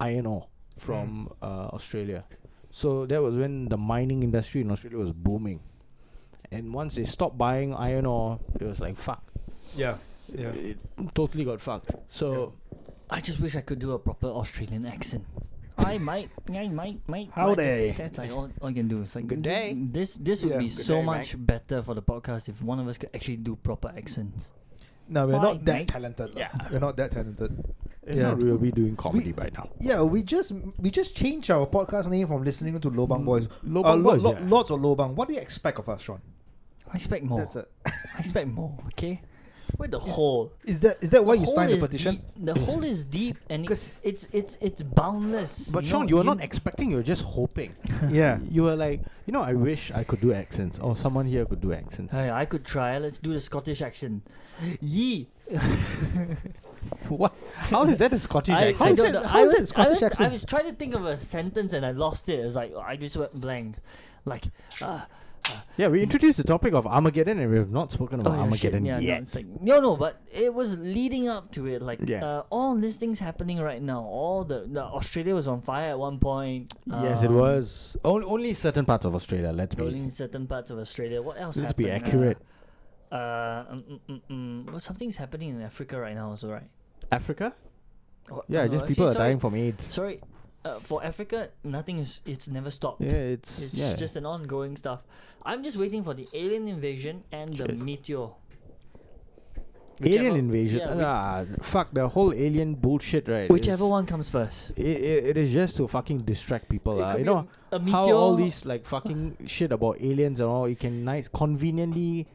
Speaker 1: iron ore from uh, Australia. So that was when the mining industry in Australia was booming. And once they stopped buying iron ore, it was like fuck.
Speaker 2: Yeah. Yeah.
Speaker 1: It totally got fucked. So
Speaker 3: I just wish I could do a proper Australian accent. I might, I might, might.
Speaker 2: Howdy.
Speaker 3: might. That's like all, all I can do. It's like
Speaker 1: Good day.
Speaker 3: This this would
Speaker 2: Yeah.
Speaker 3: be
Speaker 2: Good
Speaker 3: so
Speaker 1: day,
Speaker 3: much better for the podcast if one of us could actually do proper accents.
Speaker 2: No, we're
Speaker 3: Bye,
Speaker 2: not that
Speaker 3: mate.
Speaker 2: talented. Yeah. We're not that talented.
Speaker 1: you
Speaker 2: Yeah.
Speaker 1: know, we'll be doing comedy by now.
Speaker 2: Yeah, we just we just changed our podcast name from listening to Lobang Boys.
Speaker 1: Lobang
Speaker 2: Uh, lo-
Speaker 1: Boys,
Speaker 2: lo-
Speaker 1: yeah.
Speaker 2: Lots of Lobang. What do you expect of us, Sean?
Speaker 3: I expect more.
Speaker 2: That's it.
Speaker 3: I expect more. Okay, where the hole?
Speaker 2: Is that is that why
Speaker 3: The
Speaker 2: you
Speaker 3: hole
Speaker 2: signed the
Speaker 3: is
Speaker 2: petition?
Speaker 3: deep- The hole is deep and
Speaker 2: 'Cause-
Speaker 3: it, it's it's it's boundless.
Speaker 1: But
Speaker 3: you
Speaker 1: Sean,
Speaker 3: know,
Speaker 1: you were not expecting, you were just hoping.
Speaker 2: yeah.
Speaker 1: You were like, you know, I wish I could do accents, or someone here could do accents.
Speaker 3: Hey, I could try. Let's do the Scottish accent. Ye.
Speaker 1: what? How is that a Scottish
Speaker 3: I, I
Speaker 1: accent?
Speaker 3: don't
Speaker 2: is
Speaker 3: know.
Speaker 2: that-
Speaker 3: I
Speaker 2: how is that
Speaker 3: was, I
Speaker 2: Scottish
Speaker 3: was, I
Speaker 2: accent?
Speaker 3: was trying to think of a sentence and I lost it. It's like I just went blank. Like, uh,
Speaker 1: yeah, we introduced the topic of Armageddon, and we have not spoken about
Speaker 3: oh, yeah, shit,
Speaker 1: Armageddon
Speaker 3: yeah, No,
Speaker 1: yet.
Speaker 3: it's like, no, no, but it was leading up to it. Like,
Speaker 1: Yeah.
Speaker 3: uh, all these things happening right now. All the, the Australia was on fire at one point.
Speaker 1: yes, it
Speaker 3: um,
Speaker 1: was on, only certain parts of Australia. Let's be
Speaker 3: Rolling in certain parts of Australia. What else?
Speaker 1: let's
Speaker 3: happened?
Speaker 1: be accurate.
Speaker 3: Uh, uh, mm, mm, mm, mm. Well, something's happening in Africa right now, also, right?
Speaker 1: Africa?
Speaker 3: Or-
Speaker 1: Yeah,
Speaker 3: no,
Speaker 1: just
Speaker 3: actually,
Speaker 1: people are
Speaker 3: Uh, sorry,
Speaker 1: dying from AIDS.
Speaker 3: Sorry, uh, for Africa, nothing is. It's never stopped.
Speaker 1: Yeah, it's,
Speaker 3: It's
Speaker 1: yeah.
Speaker 3: just an ongoing stuff. I'm just waiting for the alien invasion and the
Speaker 1: Cheers.
Speaker 3: meteor.
Speaker 1: alien
Speaker 3: whichever-
Speaker 1: invasion.
Speaker 3: yeah, we-
Speaker 1: ah, fuck the whole alien bullshit, right?
Speaker 3: Whichever
Speaker 1: is-
Speaker 3: one comes first.
Speaker 1: It, it, it is just to fucking distract people.
Speaker 3: It
Speaker 1: ah.
Speaker 3: could
Speaker 1: You
Speaker 3: be
Speaker 1: know
Speaker 3: a- a
Speaker 1: how all
Speaker 3: meteor.
Speaker 1: these like fucking shit about aliens and all, it can nice conveniently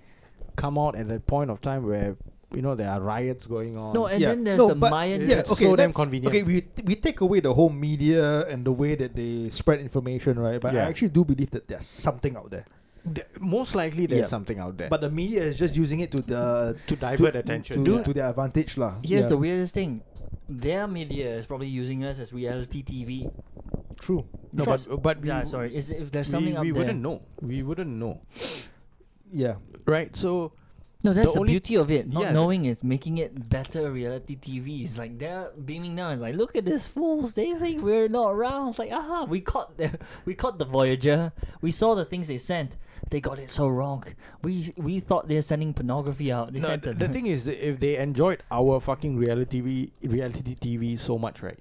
Speaker 1: come out at that point of time where you know there are riots going on.
Speaker 3: No, and
Speaker 2: yeah.
Speaker 3: then there's
Speaker 2: no,
Speaker 3: the
Speaker 2: but-
Speaker 3: Mayan.
Speaker 2: Yeah,
Speaker 1: It's
Speaker 2: okay,
Speaker 1: so damn
Speaker 2: let's-
Speaker 1: convenient.
Speaker 2: Okay, we, t- we take away the whole media and the way that they spread information, right? But
Speaker 1: Yeah.
Speaker 2: I actually do believe that there's something out there.
Speaker 1: Th- eh, most likely there's
Speaker 2: Yeah.
Speaker 1: something out there.
Speaker 2: But the media is just using it to the
Speaker 1: to divert
Speaker 2: to,
Speaker 1: attention,
Speaker 2: to,
Speaker 1: yeah.
Speaker 2: to their advantage, lah.
Speaker 3: Here's
Speaker 2: yeah.
Speaker 3: the weirdest thing. Their media is probably using us as reality TV.
Speaker 2: True.
Speaker 1: no,
Speaker 3: Because-
Speaker 1: but uh, but
Speaker 3: yeah,
Speaker 1: we-
Speaker 3: sorry. Is if there's
Speaker 1: we-
Speaker 3: something
Speaker 1: we,
Speaker 3: up there?
Speaker 1: wouldn't know. We wouldn't know,
Speaker 2: Yeah.
Speaker 1: right? So
Speaker 3: No, that's
Speaker 1: The
Speaker 3: the,
Speaker 1: only-
Speaker 3: beauty of it. Not
Speaker 1: yeah.
Speaker 3: knowing is making it better reality TV. It's like they're beaming down. It's like, look at these fools. They think we're not around. It's like, aha, we caught the we caught the Voyager. We saw the things they sent. They got it so wrong. We we thought they're sending pornography out. They
Speaker 1: no,
Speaker 3: sent
Speaker 1: th-
Speaker 3: the
Speaker 1: the thing is, that if they enjoyed our fucking reality TV, reality TV so much, right?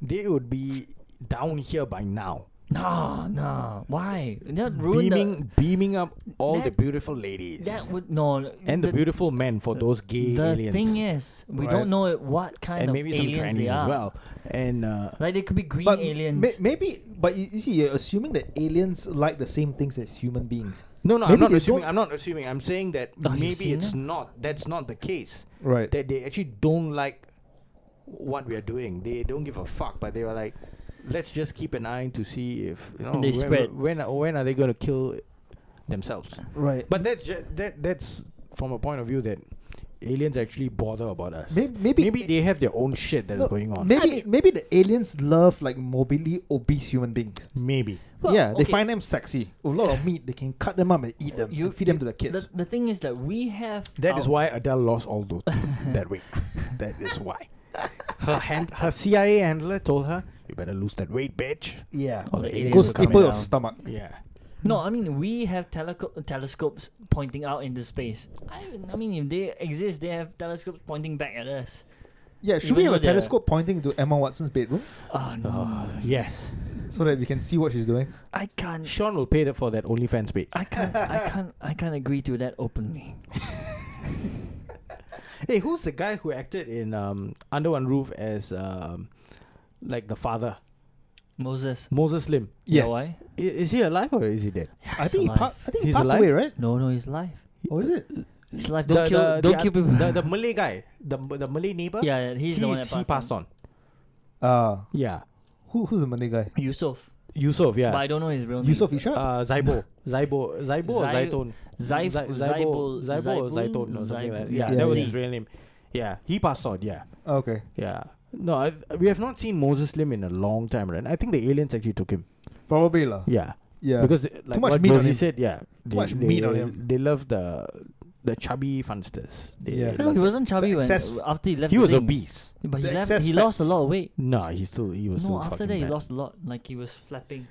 Speaker 1: They would be down here by now,
Speaker 3: No, no. Why? That ruined
Speaker 1: beaming beaming up all the
Speaker 3: That-
Speaker 1: beautiful ladies
Speaker 3: the, That would no.
Speaker 1: and the, beautiful men for those gay
Speaker 3: The
Speaker 1: aliens,
Speaker 3: thing is, we
Speaker 2: Right.
Speaker 3: don't know what kind
Speaker 1: and
Speaker 3: of
Speaker 1: maybe some
Speaker 3: aliens
Speaker 1: trannies
Speaker 3: they are.
Speaker 1: as well, and. Uh,
Speaker 3: Like they could be green
Speaker 2: But
Speaker 3: aliens.
Speaker 2: ma- maybe, but you, you see, you're assuming that aliens like the same things as human beings.
Speaker 1: No, no,
Speaker 2: Maybe
Speaker 1: I'm not
Speaker 2: they
Speaker 1: assuming.
Speaker 2: don't-
Speaker 1: I'm not assuming. I'm saying that
Speaker 3: Oh, you've
Speaker 1: maybe
Speaker 3: seen
Speaker 1: it's
Speaker 3: it?
Speaker 1: not. That's not the case.
Speaker 2: Right.
Speaker 1: That they actually don't like what we are doing. They don't give a fuck. But they were like, let's just keep an eye to see if you know
Speaker 3: They
Speaker 1: when,
Speaker 3: spread.
Speaker 1: when when are they going to kill themselves.
Speaker 2: Right.
Speaker 1: But that's ju- that that's from a point of view that aliens actually bother about us.
Speaker 2: May- maybe-
Speaker 1: they have their own shit that's
Speaker 2: No,
Speaker 1: going on.
Speaker 2: Maybe maybe the aliens love like morbidly obese human beings.
Speaker 1: maybe.
Speaker 3: Well,
Speaker 2: yeah, they
Speaker 3: okay.
Speaker 2: find them sexy. With a lot of meat, they can cut them up and eat them.
Speaker 3: You-
Speaker 2: and feed them to the kids.
Speaker 3: The, the thing is that we have
Speaker 1: That is
Speaker 3: our-
Speaker 1: why Adele lost all those that weight. That is why. Her hand, her CIA handler told her, "You better lose that weight, bitch."
Speaker 2: yeah.
Speaker 3: All Oh, the aliens
Speaker 2: Go
Speaker 3: will come
Speaker 2: staple your
Speaker 3: down.
Speaker 2: stomach.
Speaker 1: Yeah.
Speaker 3: No, I mean we have teleco- telescopes pointing out into space. I, I mean, if they exist, they have telescopes pointing back at us.
Speaker 2: Yeah, should
Speaker 3: Even
Speaker 2: we have
Speaker 3: though
Speaker 2: a
Speaker 3: they're-
Speaker 2: telescope pointing to Emma Watson's bedroom
Speaker 3: Oh no,
Speaker 1: Ah, yes.
Speaker 2: so that we can see what she's doing?
Speaker 3: I can't.
Speaker 1: Sean will pay that for that OnlyFans page.
Speaker 3: I can't. I can't. I can't agree to that openly.
Speaker 1: Hey, who's the guy who acted in um, Under One Roof as um, like the father,
Speaker 3: Moses.
Speaker 1: Moses Lim?
Speaker 3: you know
Speaker 2: Yes.
Speaker 3: why?
Speaker 1: I- is he alive or is he dead?
Speaker 2: I think he,
Speaker 3: alive.
Speaker 2: pa- I think he
Speaker 1: He's
Speaker 2: passed
Speaker 1: alive?
Speaker 2: away, right?
Speaker 3: No, no, he's live.
Speaker 2: Or is it?
Speaker 3: It's life.
Speaker 1: The-
Speaker 3: Don't kill.
Speaker 1: the-
Speaker 3: don't
Speaker 1: the-
Speaker 3: kill people.
Speaker 1: The, the Malay guy, the the Malay neighbor.
Speaker 3: yeah, yeah, he's the one that
Speaker 1: he
Speaker 3: passed,
Speaker 1: passed on.
Speaker 2: Uh,
Speaker 1: Yeah,
Speaker 2: who, who's the Malay guy?
Speaker 3: on. Yusuf,
Speaker 1: Yusuf.
Speaker 3: but
Speaker 1: Yeah,
Speaker 3: I don't know his real name.
Speaker 2: Yusof Ishak?
Speaker 1: uh, Zaibo, Zaibo, Zaibo, or
Speaker 3: Zai-
Speaker 1: Zaitun, Zai-
Speaker 3: Zaif, Zaibul,
Speaker 1: Zaibo, Zaibo, or
Speaker 3: Zaibul,
Speaker 1: Zaitun, or something like that.
Speaker 3: Zaibul,
Speaker 1: Yeah,
Speaker 2: yeah.
Speaker 1: that was
Speaker 2: Z.
Speaker 1: his real name. Yeah, he passed on. Yeah,
Speaker 2: Ah, okay.
Speaker 1: yeah. No, I, we have not seen Moses Lim in a long time, right? I think the aliens actually took him.
Speaker 2: Probably lah.
Speaker 1: Yeah,
Speaker 2: Yeah.
Speaker 1: because they, like
Speaker 2: much
Speaker 1: what
Speaker 2: meat on
Speaker 1: Rosie
Speaker 2: him.
Speaker 1: said, yeah, they,
Speaker 2: much
Speaker 1: they,
Speaker 2: meat on him.
Speaker 1: They love the the chubby funsters. They
Speaker 2: Yeah.
Speaker 3: No, he wasn't chubby when uh,
Speaker 2: excess-
Speaker 3: after he left.
Speaker 1: He
Speaker 3: the
Speaker 1: was
Speaker 3: thing.
Speaker 1: obese.
Speaker 3: But he
Speaker 2: The
Speaker 3: left.
Speaker 2: excess
Speaker 3: He lost a
Speaker 2: fats.
Speaker 3: lot of weight.
Speaker 1: No, he still he was
Speaker 3: No,
Speaker 1: still
Speaker 3: after
Speaker 1: fucking
Speaker 3: that he
Speaker 1: bad.
Speaker 3: lost a lot. Like he was flapping.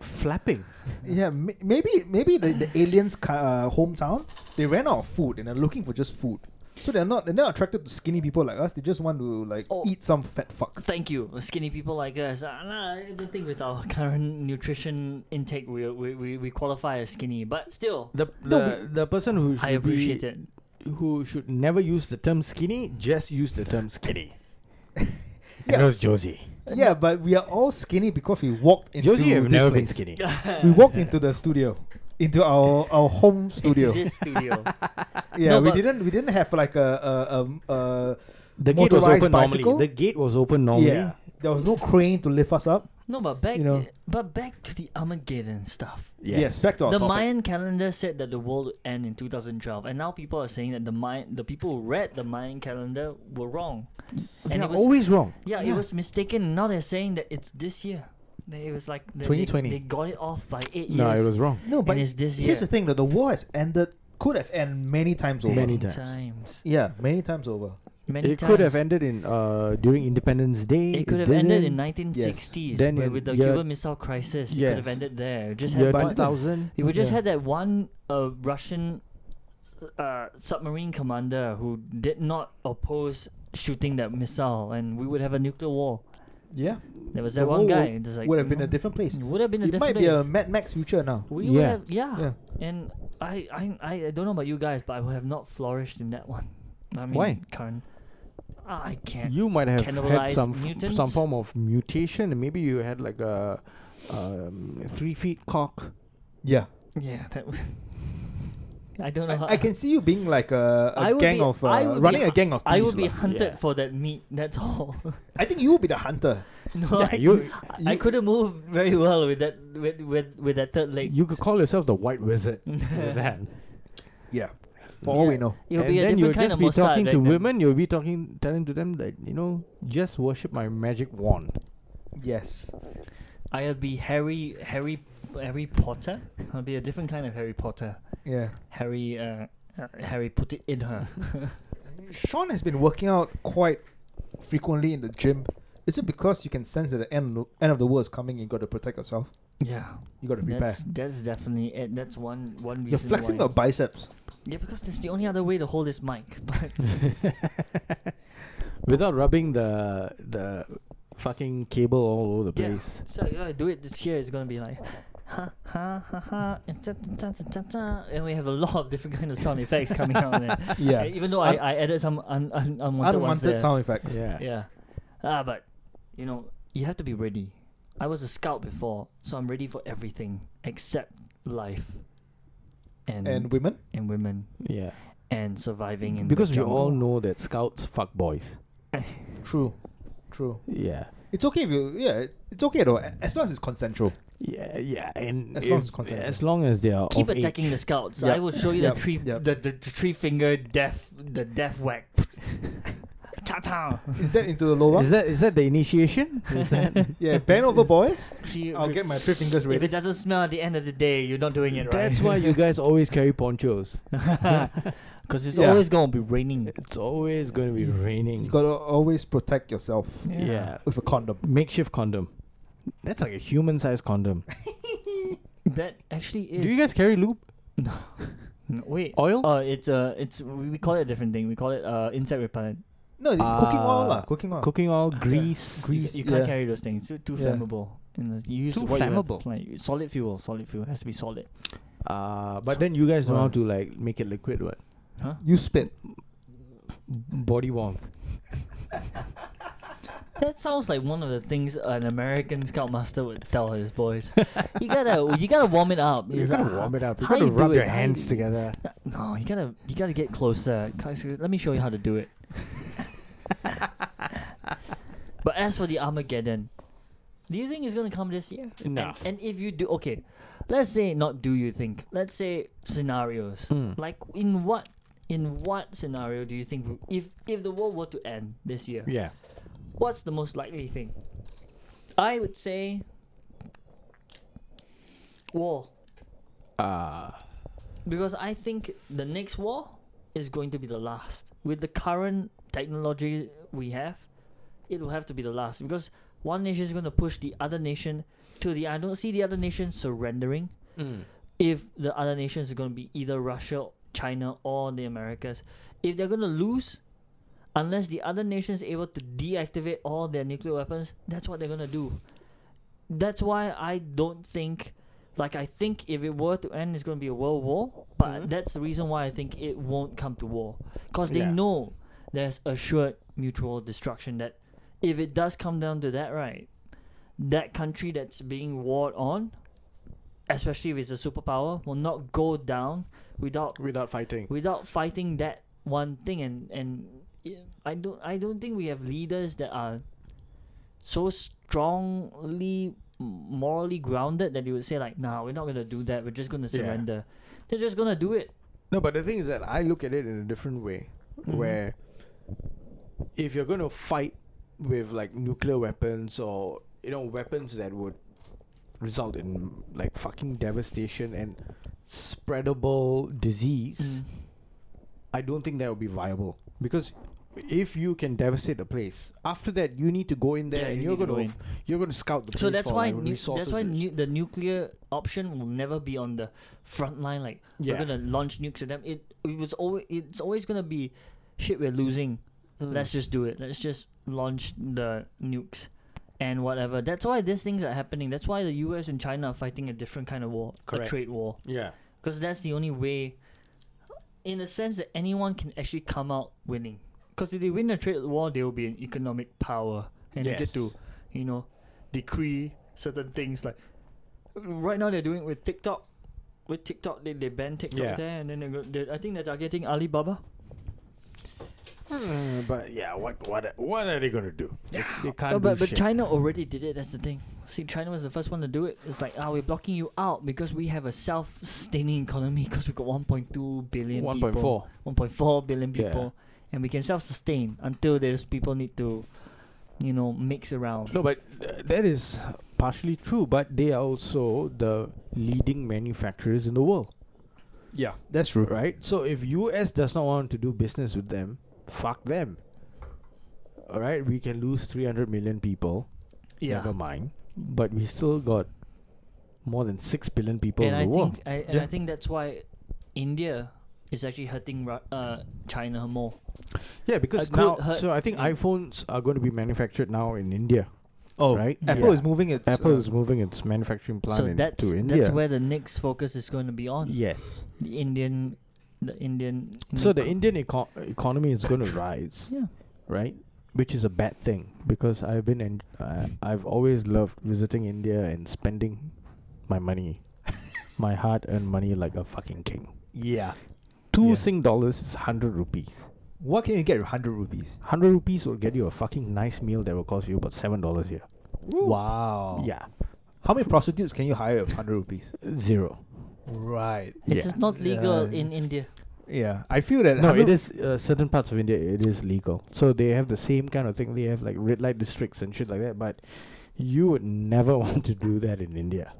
Speaker 1: flapping.
Speaker 2: Yeah, ma- maybe maybe the, the aliens' ca- uh, hometown they ran out of food and are looking for just food, so they're not they're not attracted to skinny people like us. They just want to like
Speaker 3: Oh.
Speaker 2: eat some fat fuck.
Speaker 3: Thank you, skinny people like us. Uh, nah, I don't think with our current nutrition intake, we we, we, we qualify as skinny. But still,
Speaker 1: The
Speaker 2: No,
Speaker 1: the, the person who should
Speaker 3: I appreciate it.
Speaker 1: be, who should never use the term skinny just use the term skinny.
Speaker 2: Yeah.
Speaker 1: And it was Josie.
Speaker 2: Yeah, but we are all skinny because we walked into
Speaker 1: Josie have
Speaker 2: this
Speaker 1: never been
Speaker 2: place.
Speaker 1: skinny.
Speaker 2: We walked into the studio, into our our home studio.
Speaker 3: Into this studio.
Speaker 2: yeah,
Speaker 3: No,
Speaker 2: we
Speaker 3: but-
Speaker 2: didn't we didn't have like a a, a, a
Speaker 1: The gate was
Speaker 2: Motorized
Speaker 1: open
Speaker 2: bicycle?
Speaker 1: normally. The gate was open normally.
Speaker 2: yeah. There was no crane to lift us up.
Speaker 3: no, but back
Speaker 2: You know.
Speaker 3: but back to the Armageddon stuff.
Speaker 1: Yes.
Speaker 2: back to our
Speaker 3: the
Speaker 2: topic.
Speaker 3: Mayan calendar said that the world would end in 2012, and now people are saying that the Mayan, the people who read the Mayan calendar were wrong.
Speaker 1: They
Speaker 3: And
Speaker 1: are
Speaker 3: it was,
Speaker 1: always wrong.
Speaker 3: yeah,
Speaker 2: Yeah.
Speaker 3: it was mistaken. Now they're saying that it's this year. They- It was like the,
Speaker 1: 2020.
Speaker 3: They, they got it off by eight
Speaker 1: No,
Speaker 3: years.
Speaker 1: it was wrong.
Speaker 2: No, but
Speaker 3: it's this
Speaker 2: here's the
Speaker 3: year.
Speaker 2: thing: that the war has ended, could have ended many times over.
Speaker 1: Many times.
Speaker 3: times. times.
Speaker 2: Yeah, many times over.
Speaker 3: Many
Speaker 1: it could have
Speaker 3: times.
Speaker 1: ended in uh during Independence Day.
Speaker 3: It could have ended in
Speaker 1: didn't.
Speaker 3: 1960s
Speaker 1: Then
Speaker 3: where
Speaker 1: in
Speaker 3: with the
Speaker 1: year-
Speaker 3: Cuban Missile Crisis. It could have
Speaker 1: Yes.
Speaker 3: ended there. Just
Speaker 1: year
Speaker 3: had
Speaker 2: but-
Speaker 3: one,
Speaker 1: 2000.
Speaker 3: we just
Speaker 1: Yeah.
Speaker 3: had that one uh, Russian uh, submarine commander who did not oppose shooting that missile, and we would have a nuclear war.
Speaker 2: Yeah,
Speaker 3: There was
Speaker 2: The
Speaker 3: that one
Speaker 2: world
Speaker 3: guy. Just like,
Speaker 2: would have been
Speaker 3: no.
Speaker 2: a different place.
Speaker 3: It would have been a
Speaker 2: It might
Speaker 3: different
Speaker 2: be a
Speaker 3: place.
Speaker 2: Mad Max future now.
Speaker 3: we
Speaker 1: Yeah.
Speaker 3: would have, yeah.
Speaker 2: Yeah.
Speaker 3: And I, I, I, I don't know about you guys, but I would have not flourished in that one. I mean,
Speaker 1: Why?
Speaker 3: Current. I can't.
Speaker 1: you might have had
Speaker 3: cannibalized
Speaker 1: some f- some
Speaker 3: mutants?
Speaker 1: form of mutation and maybe you had like a um, three feet cock
Speaker 2: Yeah,
Speaker 3: yeah, that. w- I don't know. how,
Speaker 2: I, I can see you being like a,
Speaker 3: Uh-huh.
Speaker 2: a
Speaker 3: I would
Speaker 2: gang
Speaker 3: be-
Speaker 2: of
Speaker 3: I
Speaker 2: uh,
Speaker 3: would
Speaker 2: running a
Speaker 3: be-
Speaker 2: gang of.
Speaker 3: I
Speaker 2: thieves
Speaker 3: would be
Speaker 2: lah.
Speaker 3: hunted
Speaker 1: Yeah.
Speaker 3: for that meat. That's all.
Speaker 2: I think you would be the hunter.
Speaker 3: no,
Speaker 1: yeah,
Speaker 3: I,
Speaker 1: you
Speaker 3: I couldn't move very well with that with with, with that third leg.
Speaker 1: you could call yourself the white wizard Is that-
Speaker 2: Yeah, for all we
Speaker 3: Yeah.
Speaker 2: know.
Speaker 3: You'll
Speaker 1: and
Speaker 3: be a
Speaker 1: then
Speaker 3: different
Speaker 1: you'll
Speaker 3: kind
Speaker 1: just
Speaker 3: of
Speaker 1: be
Speaker 3: Mossad
Speaker 1: talking
Speaker 3: back
Speaker 1: to
Speaker 3: then.
Speaker 1: women you'll be talking telling to them that you know just worship my magic wand
Speaker 2: Yes.
Speaker 3: I'll be Harry Harry Harry Potter. I'll be a different kind of Harry Potter.
Speaker 2: Yeah.
Speaker 3: Harry uh, uh, Harry put it in her.
Speaker 2: Sean has been working out quite frequently in the gym. Is it because you can sense that the end of the, end of the world is coming? You got to protect yourself.
Speaker 3: yeah,
Speaker 2: You got to prepare.
Speaker 3: that's that's definitely it. That's one one reason.
Speaker 2: You're flexing
Speaker 3: why.
Speaker 2: your biceps.
Speaker 3: Yeah, because that's the only other way to hold this mic. But
Speaker 1: without rubbing the the fucking cable all over the
Speaker 3: Yeah.
Speaker 1: place
Speaker 3: so if I oh, do it this year, it's gonna be like. Ha ha ha ha! and ta- ta- ta- ta- ta- ta, And we have a lot of different kind of sound effects coming out there. Uh, Even though I,
Speaker 2: Un-
Speaker 3: I added some un, un, unwanted, ones
Speaker 2: Unwanted
Speaker 3: there.
Speaker 2: sound effects.
Speaker 1: yeah,
Speaker 3: Yeah. Ah, but you know, you have to be ready. I was a scout before, so I'm ready for everything except life and
Speaker 2: And women.
Speaker 3: and women
Speaker 1: yeah.
Speaker 3: and surviving in the
Speaker 1: because we all
Speaker 3: jungle.
Speaker 1: know that scouts fuck boys
Speaker 2: True. True.
Speaker 1: yeah
Speaker 2: It's okay if you. Yeah. It's okay though, a- as long as it's consensual.
Speaker 1: Yeah, yeah, and
Speaker 2: As
Speaker 1: if-
Speaker 2: long as it's consensual.
Speaker 1: as long as they are
Speaker 3: Keep
Speaker 1: of
Speaker 3: attacking
Speaker 1: age.
Speaker 3: the scouts.
Speaker 2: Yep.
Speaker 3: I will show you
Speaker 2: Yep.
Speaker 3: the three
Speaker 2: Yep.
Speaker 3: the, the, the three finger death the death whack. Ta ta.
Speaker 2: Is that into the lower?
Speaker 1: Is that is that the initiation? Is that
Speaker 2: yeah. Bend over, boy.
Speaker 3: Three-
Speaker 2: I'll
Speaker 3: three-
Speaker 2: get my three fingers
Speaker 3: if
Speaker 2: ready.
Speaker 3: it doesn't smell at the end of the day, you're not doing it right.
Speaker 1: that's why you guys always carry ponchos?
Speaker 3: Because it's
Speaker 2: Yeah.
Speaker 3: always gonna be raining.
Speaker 1: It's always going to be
Speaker 2: You
Speaker 1: raining.
Speaker 2: gotta always protect yourself
Speaker 1: Yeah.
Speaker 2: with a condom.
Speaker 1: makeshift condom. That's like a human-sized condom.
Speaker 3: That actually is.
Speaker 1: Do you guys carry lube?
Speaker 3: No, wait.
Speaker 1: Oil?
Speaker 3: Uh, it's uh, it's we we call it a different thing. We call it uh insect repellent.
Speaker 2: No, cooking oil
Speaker 1: Uh,
Speaker 2: lah. Cooking oil.
Speaker 1: Cooking oil, grease,
Speaker 3: Grease.
Speaker 2: You-
Speaker 3: You can't
Speaker 2: yeah.
Speaker 3: carry those things. Too, too
Speaker 2: Yeah.
Speaker 3: flammable. And the- you use
Speaker 1: Too
Speaker 3: what you have,
Speaker 1: flammable?
Speaker 3: it's like solid fuel. Solid fuel has to be solid.
Speaker 1: Uh, but then you guys know how to like make it liquid. What?
Speaker 3: Huh?
Speaker 2: you spit.
Speaker 1: Body warmth.
Speaker 3: That sounds like one of the things an American scoutmaster would tell his boys. you gotta you gotta warm it up.
Speaker 1: You
Speaker 3: It's
Speaker 1: gotta
Speaker 3: like,
Speaker 1: warm it up. You
Speaker 3: how
Speaker 1: gotta
Speaker 3: do
Speaker 1: rub
Speaker 3: it?
Speaker 1: your
Speaker 3: How
Speaker 1: hands
Speaker 3: you-
Speaker 1: together.
Speaker 3: No, you gotta you gotta get closer. Guys, Let me show you how to do it. but as for the Armageddon, do you think it's gonna come this year?
Speaker 1: Nah.
Speaker 3: And, and if you do, okay, let's say not do you think? Let's say scenarios.
Speaker 1: Mm.
Speaker 3: Like in what in what scenario do you think w- if if the world were to end this year?
Speaker 1: Yeah.
Speaker 3: What's the most likely thing? I would say war.
Speaker 1: Uh,
Speaker 3: Because I think the next war is going to be the last. With the current technology we have, it will have to be the last. Because one nation is going to push the other nation to the. I don't see the other nation surrendering Mm. if the other nations are going to be either Russia, China, or the Americas. If they're going to lose, unless the other nation is able to deactivate all their nuclear weapons, that's what they're going to do. That's why I don't think, like, I think if it were to end, it's going to be a world war,
Speaker 1: Mhm.
Speaker 3: but that's the reason why I think it won't come to war. Because they
Speaker 1: Yeah.
Speaker 3: know there's assured mutual destruction that if it does come down to that, right, that country that's being warred on especially if it's a superpower, will not go down without
Speaker 1: Without fighting.
Speaker 3: without fighting that one thing. And and i- I don't I don't think we have leaders that are so strongly morally grounded that they would say like, "Nah, we're not gonna do that. We're just gonna
Speaker 1: Yeah.
Speaker 3: surrender." They're just gonna do it.
Speaker 1: No, but the thing is that I look at it in a different way,
Speaker 3: Mhm.
Speaker 1: where if you're going to fight with like nuclear weapons or you know weapons that would result in like fucking devastation and spreadable disease,
Speaker 3: Mm.
Speaker 1: I don't think that would be viable because if you can devastate a place, after that you need to go in there
Speaker 3: Yeah,
Speaker 1: and
Speaker 3: you
Speaker 1: you are
Speaker 3: need to
Speaker 1: gonna
Speaker 3: go
Speaker 1: f- you're gonna scout the place
Speaker 3: So that's
Speaker 1: for
Speaker 3: why,
Speaker 1: like,
Speaker 3: nu-
Speaker 1: resources.
Speaker 3: that's why nu- the nuclear option will never be on the front line. Like
Speaker 1: Yeah.
Speaker 3: we're gonna launch nukes at them. It it was always it's always gonna be shit. We're losing.
Speaker 1: Mm.
Speaker 3: Let's just do it. Let's just launch the nukes and whatever. That's why these things are happening. That's why the U.S. and China are fighting a different kind of war,
Speaker 1: Correct.
Speaker 3: a trade war,
Speaker 1: yeah.
Speaker 3: because that's the only way, in a sense, that anyone can actually come out winning. Because if they win a trade war, they will be an economic power and they
Speaker 1: Yes.
Speaker 3: get to you know, decree certain things. Like right now, they're doing with TikTok. With TikTok, they, they ban TikTok
Speaker 1: Yeah.
Speaker 3: there, and then they, go, they I think they're targeting Alibaba.
Speaker 1: Mm, but yeah, what what what are they gonna do? Yeah. They, can't
Speaker 3: No, but
Speaker 1: do
Speaker 3: but
Speaker 1: shit.
Speaker 3: China already did it. That's the thing. See, China was the first one to do it. It's like, ah, we're blocking you out because we have a self-sustaining economy because we got 1.2 billion
Speaker 1: One point
Speaker 3: people.
Speaker 1: four.
Speaker 3: 1.4 billion
Speaker 1: Yeah.
Speaker 3: people, and we can self-sustain until those people need to, you know, mix around.
Speaker 1: No, but uh, that is partially true. But they are also the leading manufacturers in the world,
Speaker 2: Yeah, that's true.
Speaker 1: right? So if US does not want to do business with them, fuck them. All right, we can lose 300 million people. Never mind. But we still got more than six billion people
Speaker 3: and
Speaker 1: in
Speaker 3: I
Speaker 1: the world.
Speaker 3: think I, and I
Speaker 2: Yeah.
Speaker 3: think that's why India is actually hurting Ru- uh, China more.
Speaker 1: yeah, because
Speaker 3: could
Speaker 1: now,
Speaker 3: hurt-
Speaker 1: so I think
Speaker 3: Uh, yeah.
Speaker 1: iPhones are going to be manufactured now in India.
Speaker 2: Oh,
Speaker 1: Right?
Speaker 2: Apple
Speaker 1: Yeah.
Speaker 2: is moving its
Speaker 1: Apple
Speaker 2: uh,
Speaker 1: is moving its manufacturing plant
Speaker 3: So
Speaker 1: in-
Speaker 3: that's
Speaker 1: to India.
Speaker 3: that's where the next focus is going to be on
Speaker 1: yes.
Speaker 3: the Indian, the Indian.
Speaker 1: So
Speaker 3: Indian
Speaker 1: the
Speaker 3: co-
Speaker 1: Indian eco- economy is going to rise.
Speaker 3: yeah.
Speaker 1: right? Which is a bad thing because I've been and uh, I've always loved visiting India and spending my money, my hard-earned money like a fucking king.
Speaker 2: yeah.
Speaker 1: Two
Speaker 2: Yeah.
Speaker 1: Sing dollars is hundred rupees.
Speaker 2: What can you get with hundred rupees?
Speaker 1: Hundred rupees will get you a fucking nice meal that will cost you about seven dollars here.
Speaker 2: Wow.
Speaker 3: Oh.
Speaker 1: Yeah,
Speaker 2: How many prostitutes can you hire with hundred rupees?
Speaker 1: zero.
Speaker 2: Right.
Speaker 3: It's
Speaker 1: yeah.
Speaker 3: just not legal
Speaker 2: Yeah.
Speaker 3: in India.
Speaker 2: Yeah. I feel that.
Speaker 1: No,
Speaker 2: 100
Speaker 1: it is uh, certain parts of India. It is legal, so they have the same kind of thing. They have like red light districts and shit like that. But you would never want to do that in India.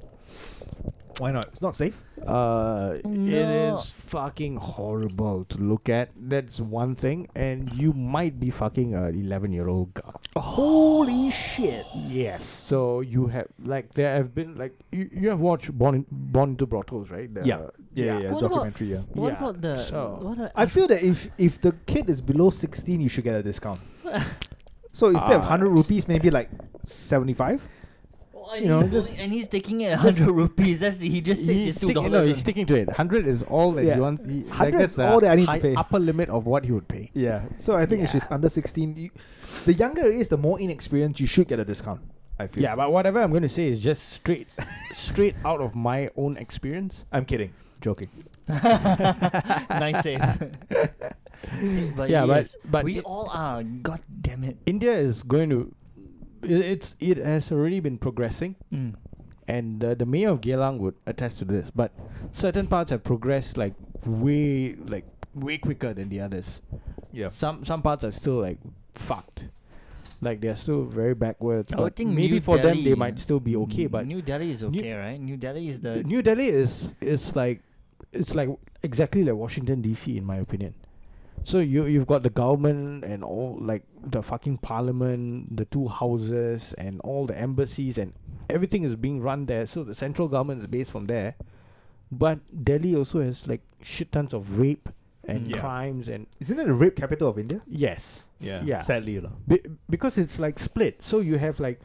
Speaker 2: Why not? It's not safe.
Speaker 1: Uh, it
Speaker 3: No.
Speaker 1: is fucking horrible to look at. That's one thing, and you might be fucking a eleven-year-old girl.
Speaker 2: Holy shit.
Speaker 1: Yes. So you have like there have been like you, you have watched Born in, Born into Brothels, right? The-
Speaker 2: Yeah. Yeah, yeah,
Speaker 3: What about-
Speaker 2: documentary. Yeah.
Speaker 3: What
Speaker 1: Yeah,
Speaker 3: about the?
Speaker 1: so-
Speaker 3: what are,
Speaker 2: I feel that if if the kid is below sixteen, you should get a discount. so instead of
Speaker 1: Ah.
Speaker 2: hundred rupees, maybe like seventy-five.
Speaker 3: Well,
Speaker 2: you know,
Speaker 3: Oh, and, he's
Speaker 2: just-
Speaker 3: going- and he's taking it hundred rupees. That's the, he just said
Speaker 1: He's
Speaker 3: it's two
Speaker 1: sticking,
Speaker 3: dollars.
Speaker 1: no, he's sticking to it. Hundred is all that
Speaker 2: Yeah.
Speaker 1: you want. he- like
Speaker 2: 100
Speaker 1: that's
Speaker 2: is
Speaker 1: the
Speaker 2: all that I need to
Speaker 1: high-
Speaker 2: pay.
Speaker 1: Upper limit of what he would pay.
Speaker 2: Yeah. So I think if
Speaker 1: Yeah.
Speaker 2: she's under sixteen, you, the younger it is, the more inexperienced you should get a discount. I feel.
Speaker 1: Yeah, but whatever I'm going to say is just straight, straight out of my own experience.
Speaker 2: I'm kidding. Joking.
Speaker 3: nice save. but
Speaker 1: Yeah, but-
Speaker 3: yes,
Speaker 1: but
Speaker 3: we
Speaker 1: it-
Speaker 3: all are. God damn it.
Speaker 1: India is going to. i- It's it has already been progressing,
Speaker 3: Mm.
Speaker 1: and the, the mayor of Geylang would attest to this. But certain parts have progressed like way like way quicker than the others.
Speaker 2: Yeah.
Speaker 1: Some some parts are still like fucked, like they're still very backwards.
Speaker 3: I would
Speaker 1: but
Speaker 3: think
Speaker 1: maybe
Speaker 3: New
Speaker 1: for them they
Speaker 3: Delhi-
Speaker 1: might still be okay. But
Speaker 3: New Delhi is
Speaker 1: New-
Speaker 3: okay, right? New Delhi is the
Speaker 1: New Delhi is is like it's like exactly like Washington DC in my opinion. So you you've got the government and all like the fucking parliament, the two houses and all the embassies and everything is being run there. So the central government is based from there. But Delhi also has like shit tons of rape and
Speaker 2: Yeah.
Speaker 1: crimes and
Speaker 2: Isn't it the rape capital of India?
Speaker 1: yes. Yeah.
Speaker 2: Sadly, lah.
Speaker 1: Be- because it's like split. So you have like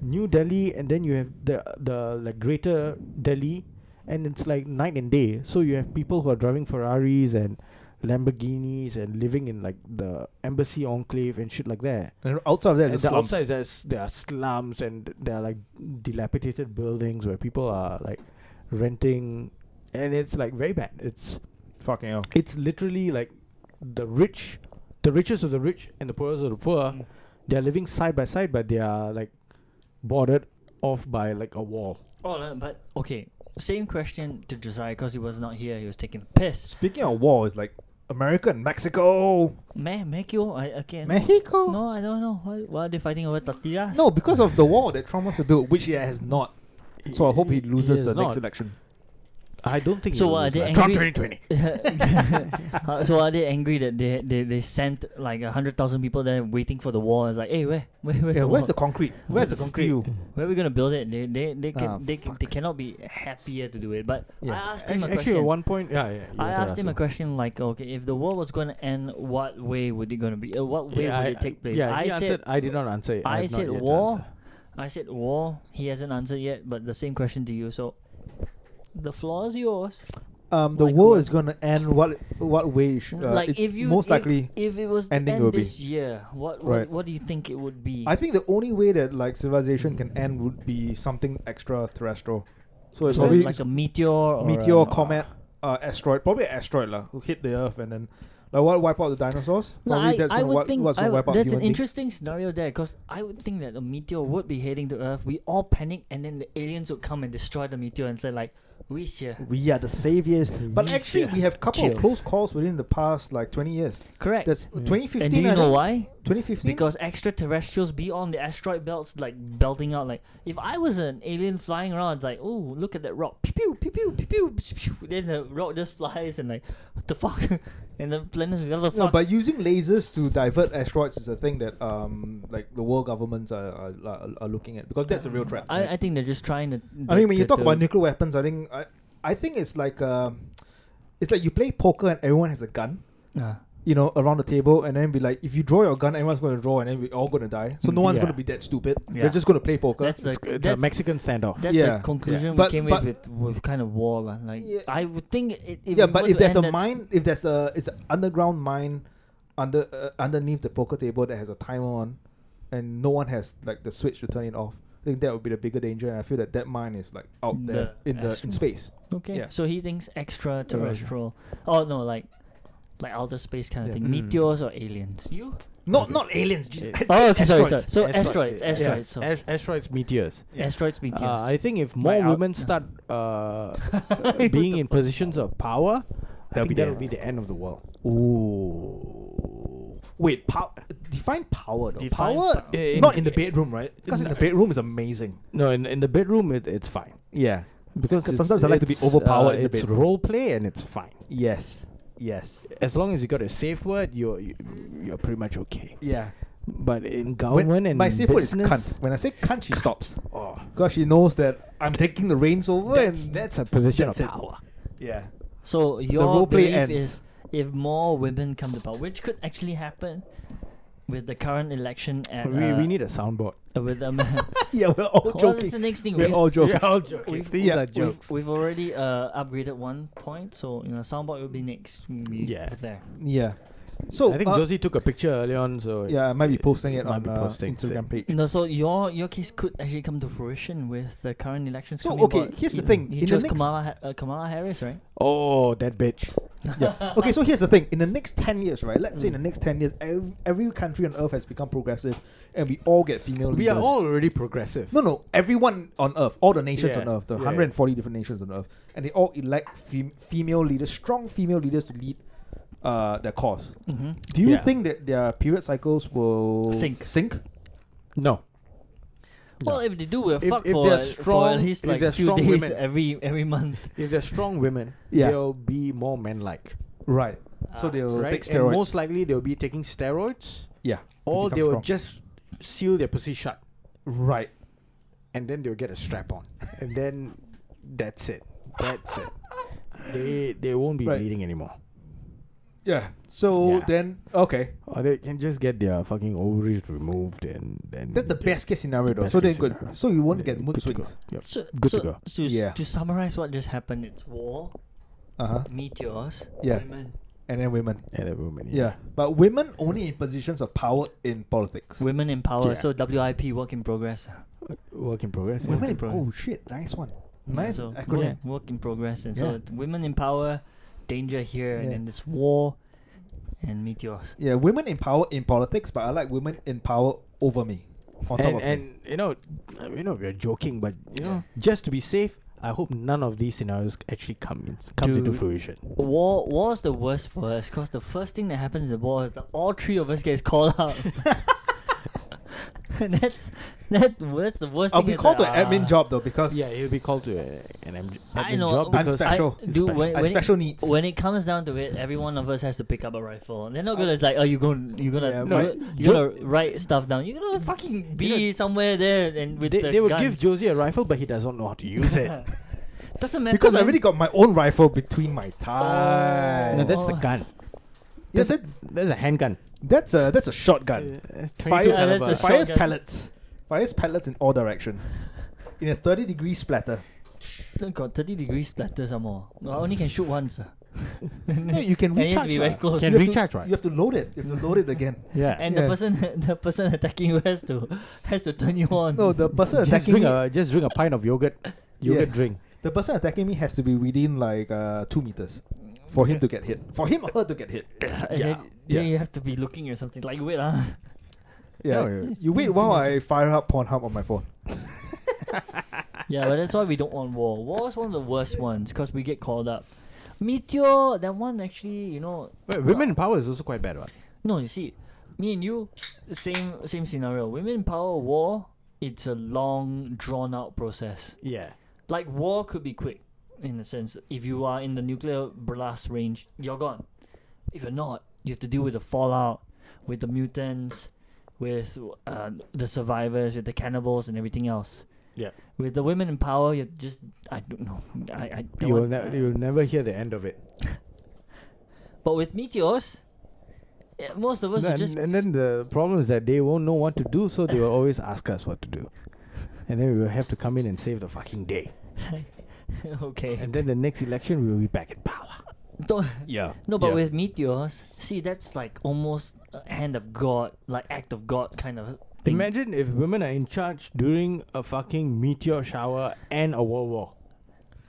Speaker 1: New Delhi, and then you have the the like Greater Delhi, and it's like night and day. So you have people who are driving Ferraris and Lamborghinis and living in like the embassy enclave and shit like that.
Speaker 2: And outside of that
Speaker 1: And
Speaker 2: is
Speaker 1: the
Speaker 2: the slums.
Speaker 1: outside there's there are slums and there are like dilapidated buildings where people are like renting, and it's like very bad. It's
Speaker 2: Fucking hell.
Speaker 1: it's literally like the rich, the richest of the rich and the poorest of the poor,
Speaker 3: Mm.
Speaker 1: they are living side by side, but they are like bordered off by like a wall.
Speaker 3: Oh, no, but okay. Same question to Josiah because he was not here. He was taking a piss.
Speaker 2: Speaking of war, it's like America and Mexico.
Speaker 3: Me- Mexico, I again.
Speaker 2: Mexico.
Speaker 3: No, I don't know. Why, why are they fighting over tortillas?
Speaker 2: No, because of the wall that Trump wants to build, which he has not. So I hope he loses
Speaker 1: is
Speaker 2: the
Speaker 1: not.
Speaker 2: next election.
Speaker 1: I don't think
Speaker 3: So
Speaker 1: it
Speaker 3: what, are
Speaker 1: is
Speaker 3: they
Speaker 1: like-
Speaker 3: angry?
Speaker 1: Trump 2020.
Speaker 3: Uh, so are they angry that they they, they sent like a hundred thousand people there waiting for the wall? It's like, hey, where, where where's
Speaker 2: Yeah,
Speaker 3: the
Speaker 2: where's
Speaker 3: wall?
Speaker 2: the concrete? Where's, the, concrete?
Speaker 3: steel? Where are we gonna build it? They they they can,
Speaker 2: Ah,
Speaker 3: they, can, they cannot be happier to do it. But
Speaker 1: Yeah.
Speaker 3: I asked him
Speaker 1: Act-
Speaker 3: a
Speaker 1: actually,
Speaker 3: question.
Speaker 1: at one point, yeah, yeah. you
Speaker 3: I
Speaker 1: were
Speaker 3: asked him a
Speaker 1: asking.
Speaker 3: question like, okay, if the war was going to end, what way would it going to be? Uh, what way
Speaker 1: yeah,
Speaker 3: would
Speaker 1: I,
Speaker 3: it take place?
Speaker 1: Yeah,
Speaker 3: I
Speaker 1: he
Speaker 3: said,
Speaker 1: answered. I did not answer it.
Speaker 3: I
Speaker 1: have not
Speaker 3: said
Speaker 1: yet to
Speaker 3: war.
Speaker 1: answer.
Speaker 3: I said war. He hasn't answered yet, but the same question to you. So the floor is yours.
Speaker 2: Um, the
Speaker 3: Like
Speaker 2: war
Speaker 3: what?
Speaker 2: is gonna end. What what way? Sh- uh,
Speaker 3: like
Speaker 2: it-
Speaker 3: if you
Speaker 2: most
Speaker 3: if-
Speaker 2: likely.
Speaker 3: if it was to
Speaker 2: ending
Speaker 3: end
Speaker 2: will be.
Speaker 3: this year, what what,
Speaker 2: Right.
Speaker 3: what do you think it would be?
Speaker 2: I think the only way that like civilization can end would be something extraterrestrial. So it's
Speaker 1: So
Speaker 2: probably
Speaker 3: like a meteor, or
Speaker 2: meteor,
Speaker 3: a,
Speaker 2: comet, uh, asteroid, probably an asteroid lah, who hit the Earth and then like what wipe out the dinosaurs.
Speaker 3: No,
Speaker 2: Probably
Speaker 3: I,
Speaker 2: that's
Speaker 3: I
Speaker 2: gonna
Speaker 3: would
Speaker 2: wi-
Speaker 3: think
Speaker 2: what's
Speaker 3: I
Speaker 2: gonna
Speaker 3: would-
Speaker 2: wipe out
Speaker 3: that's
Speaker 2: human
Speaker 3: an
Speaker 2: beings.
Speaker 3: interesting scenario there because I would think that a meteor would be heading to Earth. We all panic, and then the aliens would come and destroy the meteor and say like, "We here."
Speaker 2: We are the saviors, but
Speaker 1: Yes,
Speaker 2: actually
Speaker 1: yeah.
Speaker 2: we have couple of
Speaker 3: Cheers.
Speaker 2: close calls within the past like twenty years.
Speaker 3: Correct.
Speaker 2: That's
Speaker 1: Yeah.
Speaker 2: twenty fifteen.
Speaker 3: and do you know why?
Speaker 2: Twenty fifteen.
Speaker 3: Because extraterrestrials be on the asteroid belts, like belting out. Like if I was an alien flying around, it's like, oh, look at that rock, pew pew pew pew pew, pew, pew, pew. Then the rock just flies and like, what the fuck? and the planets, what the
Speaker 2: No,
Speaker 3: fuck?
Speaker 2: but using lasers to divert asteroids is a thing that um like the world governments are are, are, are looking at because that's a real threat.
Speaker 3: I, I think they're just trying to.
Speaker 2: I mean, when you
Speaker 3: to-
Speaker 2: talk about
Speaker 3: to-
Speaker 2: nuclear weapons, I think I, I think it's like um, it's like you play poker and everyone has a gun,
Speaker 3: Ah.
Speaker 2: you know, around the table, and then be like, if you draw your gun, everyone's going to draw, and then we're all going to die. So no one's
Speaker 1: Yeah.
Speaker 2: going to be that stupid.
Speaker 3: Mm, Yeah.
Speaker 2: We're just going to play poker.
Speaker 3: That's the
Speaker 1: It's, it's a
Speaker 3: that's,
Speaker 1: Mexican standoff.
Speaker 3: that's
Speaker 2: Yeah.
Speaker 3: the conclusion we
Speaker 2: But-
Speaker 3: came
Speaker 2: but-
Speaker 3: with with kind of war lah. Like
Speaker 2: Yeah.
Speaker 3: I would think it. if
Speaker 2: yeah,
Speaker 3: we were
Speaker 2: but if
Speaker 3: to
Speaker 2: there's
Speaker 3: end
Speaker 2: a
Speaker 3: at s-
Speaker 2: mine, if there's a it's an underground mine, under uh, underneath the poker table that has a timer on, and no one has like the switch to turn it off. I think that would be the bigger danger, and I feel that that mine is like out
Speaker 3: The
Speaker 2: there in the in
Speaker 3: astro-
Speaker 2: space.
Speaker 3: Okay.
Speaker 2: Yeah.
Speaker 3: So he thinks extraterrestrial. Oh no, like like outer space kind of
Speaker 2: Yeah.
Speaker 3: thing.
Speaker 1: Mm.
Speaker 3: Meteors or aliens? You?
Speaker 2: Not not aliens, just
Speaker 1: Yeah.
Speaker 3: Oh, okay, sorry,
Speaker 2: asteroids.
Speaker 3: sorry. So asteroids,
Speaker 1: yeah.
Speaker 3: asteroids, so-
Speaker 1: Ast- asteroids, meteors.
Speaker 2: Yeah.
Speaker 3: Asteroids, meteors.
Speaker 1: Uh, I think if
Speaker 3: Right
Speaker 1: more
Speaker 3: out.
Speaker 1: women start uh, being in positions of power, I think
Speaker 2: That'll be the
Speaker 1: that will
Speaker 2: end.
Speaker 1: be the end of the world.
Speaker 2: Ooh. Wait, pow- define power though.
Speaker 3: Define
Speaker 2: power,
Speaker 3: pow-
Speaker 1: Eh,
Speaker 2: not
Speaker 1: in-
Speaker 2: in the bedroom, right? Because in the
Speaker 1: No.
Speaker 2: bedroom is amazing.
Speaker 1: No, in, in the bedroom, it, it's fine.
Speaker 2: Yeah.
Speaker 1: Because
Speaker 2: 'Cause
Speaker 1: it's-
Speaker 2: sometimes I like to be
Speaker 1: it's,
Speaker 2: overpowered
Speaker 1: uh,
Speaker 2: in the
Speaker 1: it's
Speaker 2: bedroom.
Speaker 1: role play and it's fine.
Speaker 2: Yes. Yes.
Speaker 1: As long as you got a safe word, you're you, you're pretty much okay.
Speaker 2: Yeah.
Speaker 1: But in
Speaker 2: When-
Speaker 1: government and
Speaker 2: my safe word is
Speaker 1: business,
Speaker 2: cunt. When I say cunt, she stops
Speaker 1: Oh,
Speaker 2: because she knows that I'm taking the reins over,
Speaker 1: that's,
Speaker 2: and
Speaker 1: that's a position
Speaker 2: that's
Speaker 1: of
Speaker 2: it.
Speaker 1: power.
Speaker 2: yeah,
Speaker 3: so
Speaker 2: role
Speaker 3: your
Speaker 2: play
Speaker 3: belief
Speaker 2: ends.
Speaker 3: is if more women come to power, which could actually happen with the current election at
Speaker 1: we,
Speaker 3: uh,
Speaker 1: we need a soundboard.
Speaker 3: uh, with um,
Speaker 2: yeah. We're all
Speaker 3: well, that's the
Speaker 2: joking.
Speaker 3: next thing.
Speaker 2: We're
Speaker 3: we-
Speaker 2: all joking.
Speaker 1: We're all joking.
Speaker 3: We've-
Speaker 1: These
Speaker 2: yeah,
Speaker 1: are
Speaker 2: we've-
Speaker 3: We've,
Speaker 1: jokes.
Speaker 3: we've already uh, upgraded one point, so you know soundboard will be next.
Speaker 1: Yeah.
Speaker 3: there.
Speaker 2: Yeah. So
Speaker 1: I think
Speaker 2: uh,
Speaker 1: Josie took a picture earlier on, so
Speaker 2: yeah, I might be posting it
Speaker 1: Might
Speaker 2: on
Speaker 1: be
Speaker 2: uh,
Speaker 1: posting,
Speaker 2: Instagram page.
Speaker 3: No, so your your case could actually come to fruition with the current elections.
Speaker 2: So
Speaker 3: coming
Speaker 2: okay,
Speaker 3: about.
Speaker 2: here's the
Speaker 1: you-
Speaker 2: thing.
Speaker 3: you
Speaker 2: in
Speaker 3: chose
Speaker 2: the next,
Speaker 3: Kamala ha- uh, Kamala Harris, right?
Speaker 1: Oh, that bitch.
Speaker 2: yeah. Okay, so here's the thing. In the next ten years, right? Let's say in the next ten years, every, every country on earth has become progressive, and we all get female
Speaker 1: We
Speaker 2: leaders.
Speaker 1: are all already progressive.
Speaker 2: No, no. Everyone on Earth, all the nations on
Speaker 1: Yeah,
Speaker 2: Earth, the
Speaker 1: yeah,
Speaker 2: 140 different nations on Earth, and they all elect fem- female leaders, strong female leaders to lead uh, their cause.
Speaker 3: Mm-hmm.
Speaker 2: Do you
Speaker 1: Yeah.
Speaker 2: think that their period cycles will
Speaker 3: Sink.
Speaker 2: Sink?
Speaker 1: No.
Speaker 3: Well, if they do, we're
Speaker 1: If-
Speaker 3: fucked
Speaker 1: if
Speaker 3: for,
Speaker 1: they're
Speaker 3: uh, for
Speaker 1: strong-
Speaker 3: at least
Speaker 1: if
Speaker 3: like
Speaker 1: they're
Speaker 3: few
Speaker 1: strong
Speaker 3: days
Speaker 1: women.
Speaker 3: every every month.
Speaker 1: If they're strong women,
Speaker 2: Yeah.
Speaker 1: they'll be more men-like.
Speaker 2: Right. so
Speaker 3: Ah,
Speaker 2: they'll
Speaker 1: Right?
Speaker 2: take
Speaker 1: and
Speaker 2: steroids.
Speaker 1: most likely they'll be taking steroids,
Speaker 2: yeah. to
Speaker 1: or
Speaker 2: become
Speaker 1: they will
Speaker 2: strong.
Speaker 1: just seal their pussy shut,
Speaker 2: right.
Speaker 1: and then they'll get a strap on, and then that's it. That's it. They they won't be
Speaker 2: Right.
Speaker 1: bleeding anymore.
Speaker 2: Yeah. So
Speaker 1: Yeah.
Speaker 2: then, okay,
Speaker 1: Or they can just get their fucking ovaries removed, and then
Speaker 2: that's the best case scenario. Though.
Speaker 1: Best
Speaker 2: So they
Speaker 1: case
Speaker 2: could.
Speaker 1: scenario.
Speaker 2: So you won't get mood swings.
Speaker 3: So,
Speaker 1: Good
Speaker 3: so,
Speaker 1: to go.
Speaker 3: So s-
Speaker 2: Yeah.
Speaker 3: to summarize what just happened, it's war,
Speaker 2: Uh
Speaker 1: Uh-huh.
Speaker 2: huh.
Speaker 3: meteors,
Speaker 2: Yeah.
Speaker 3: women,
Speaker 2: And then women.
Speaker 1: And a woman.
Speaker 2: Yeah. But women only in positions of power in politics.
Speaker 3: women in power.
Speaker 1: Yeah.
Speaker 3: So WIP, work in progress.
Speaker 1: Work in progress.
Speaker 2: Women in,
Speaker 3: Pro-
Speaker 2: oh shit! Nice one. Nice
Speaker 3: Mm, so
Speaker 2: acronym.
Speaker 3: Work, work in progress, and
Speaker 2: Yeah.
Speaker 3: so t- women in power, danger here, and
Speaker 2: Yeah.
Speaker 3: then this war, and meteors.
Speaker 2: Yeah, women in power in politics, but I like women in power over me. On top
Speaker 1: and
Speaker 2: of me.
Speaker 1: and you know, you know, we're joking, but you know, just to be safe, I hope none of these scenarios actually come in, comes into
Speaker 3: Dude.
Speaker 1: fruition.
Speaker 3: War, war is the worst for us because the first thing that happens in the war is that all three of us gets called out. and that's that, that's the worst.
Speaker 2: I'll
Speaker 3: thing
Speaker 2: be
Speaker 3: is
Speaker 2: called to
Speaker 3: that,
Speaker 2: an admin
Speaker 3: uh,
Speaker 2: job though because
Speaker 1: Yeah, you'll be called to a, an em-
Speaker 3: I
Speaker 1: admin
Speaker 3: know.
Speaker 1: job
Speaker 2: I'm
Speaker 1: because
Speaker 2: special.
Speaker 3: I, dude,
Speaker 1: Special.
Speaker 3: When,
Speaker 2: I
Speaker 3: when
Speaker 2: special
Speaker 3: it,
Speaker 2: needs.
Speaker 3: When it comes down to it, every one of us has to pick up a rifle. They're not gonna like, oh, you gonna you gonna
Speaker 2: Yeah,
Speaker 3: you
Speaker 2: No,
Speaker 3: gonna-
Speaker 1: I-
Speaker 3: you gonna write stuff down. You're gonna fucking be
Speaker 1: You
Speaker 3: somewhere there and with
Speaker 1: they,
Speaker 3: the
Speaker 1: they will
Speaker 3: guns.
Speaker 1: give Josie a rifle, but he does not know how to use it.
Speaker 3: Doesn't matter.
Speaker 2: because I
Speaker 3: man.
Speaker 2: already got my own rifle between my thighs.
Speaker 1: no, that's the
Speaker 3: Oh.
Speaker 1: gun.
Speaker 2: yeah,
Speaker 1: That's,
Speaker 2: that,
Speaker 1: that's a handgun.
Speaker 2: that's a that's a shotgun.
Speaker 1: Uh,
Speaker 2: Fire,
Speaker 1: 22
Speaker 3: Yeah, that's
Speaker 1: caliber.
Speaker 3: a
Speaker 2: fires
Speaker 3: shotgun.
Speaker 2: pellets, fires pellets in all direction, in a thirty degree splatter.
Speaker 3: Still got 30 degree splatter some more. No, I only can shoot once. ah.
Speaker 2: No, you can
Speaker 3: And it has
Speaker 2: recharge.
Speaker 3: to be
Speaker 2: lah.
Speaker 3: very close.
Speaker 1: Can
Speaker 2: you have
Speaker 1: recharge,
Speaker 2: to,
Speaker 1: right?
Speaker 2: You have to load it. You have to load it again.
Speaker 1: Yeah.
Speaker 3: and
Speaker 2: Yeah.
Speaker 3: the person the person attacking you has to has to turn you on.
Speaker 2: No, the person
Speaker 1: just
Speaker 2: attacking
Speaker 1: drink
Speaker 2: me,
Speaker 1: a just drink a pint of yogurt, yogurt
Speaker 2: Yeah.
Speaker 1: drink.
Speaker 2: the person attacking me has to be within like uh, two meters for him to get hit. For him or her to get hit.
Speaker 3: and
Speaker 2: yeah,
Speaker 3: then,
Speaker 2: yeah.
Speaker 3: then you have to be looking at something like wait ah.
Speaker 2: Yeah.
Speaker 1: No, yeah.
Speaker 2: You wait while I fire up Pornhub on my phone.
Speaker 3: yeah, but that's why we don't want war. War is one of the worst ones because we get called up. Meteor, that one actually, you know. uh,
Speaker 1: Wait, women in power is also quite bad, right?
Speaker 3: No, you see, me and you, same same scenario. Women in power war. It's a long, drawn out process.
Speaker 1: Yeah.
Speaker 3: Like war could be quick, in a sense. If you are in the nuclear blast range, you're gone. If you're not, you have to deal with the fallout, with the mutants, with uh, the survivors, with the cannibals, and everything else.
Speaker 1: Yeah.
Speaker 3: With the women in power, you just I don't know. I, I don't
Speaker 1: You'll,
Speaker 3: want-
Speaker 1: ne- you'll never hear the end of it.
Speaker 3: But with meteors, yeah, most of us
Speaker 1: No,
Speaker 3: are
Speaker 1: and,
Speaker 3: just
Speaker 1: and then the problem is that they won't know what to do, so they will always ask us what to do. And then we will have to come in and save the fucking day.
Speaker 3: okay.
Speaker 1: And then the next election, we will be back in power.
Speaker 3: Don't-
Speaker 1: Yeah.
Speaker 3: no, but
Speaker 1: Yeah.
Speaker 3: with meteors, see that's like almost a hand of God, like act of God kind of thing.
Speaker 1: Imagine if women are in charge during a fucking meteor shower and a world war.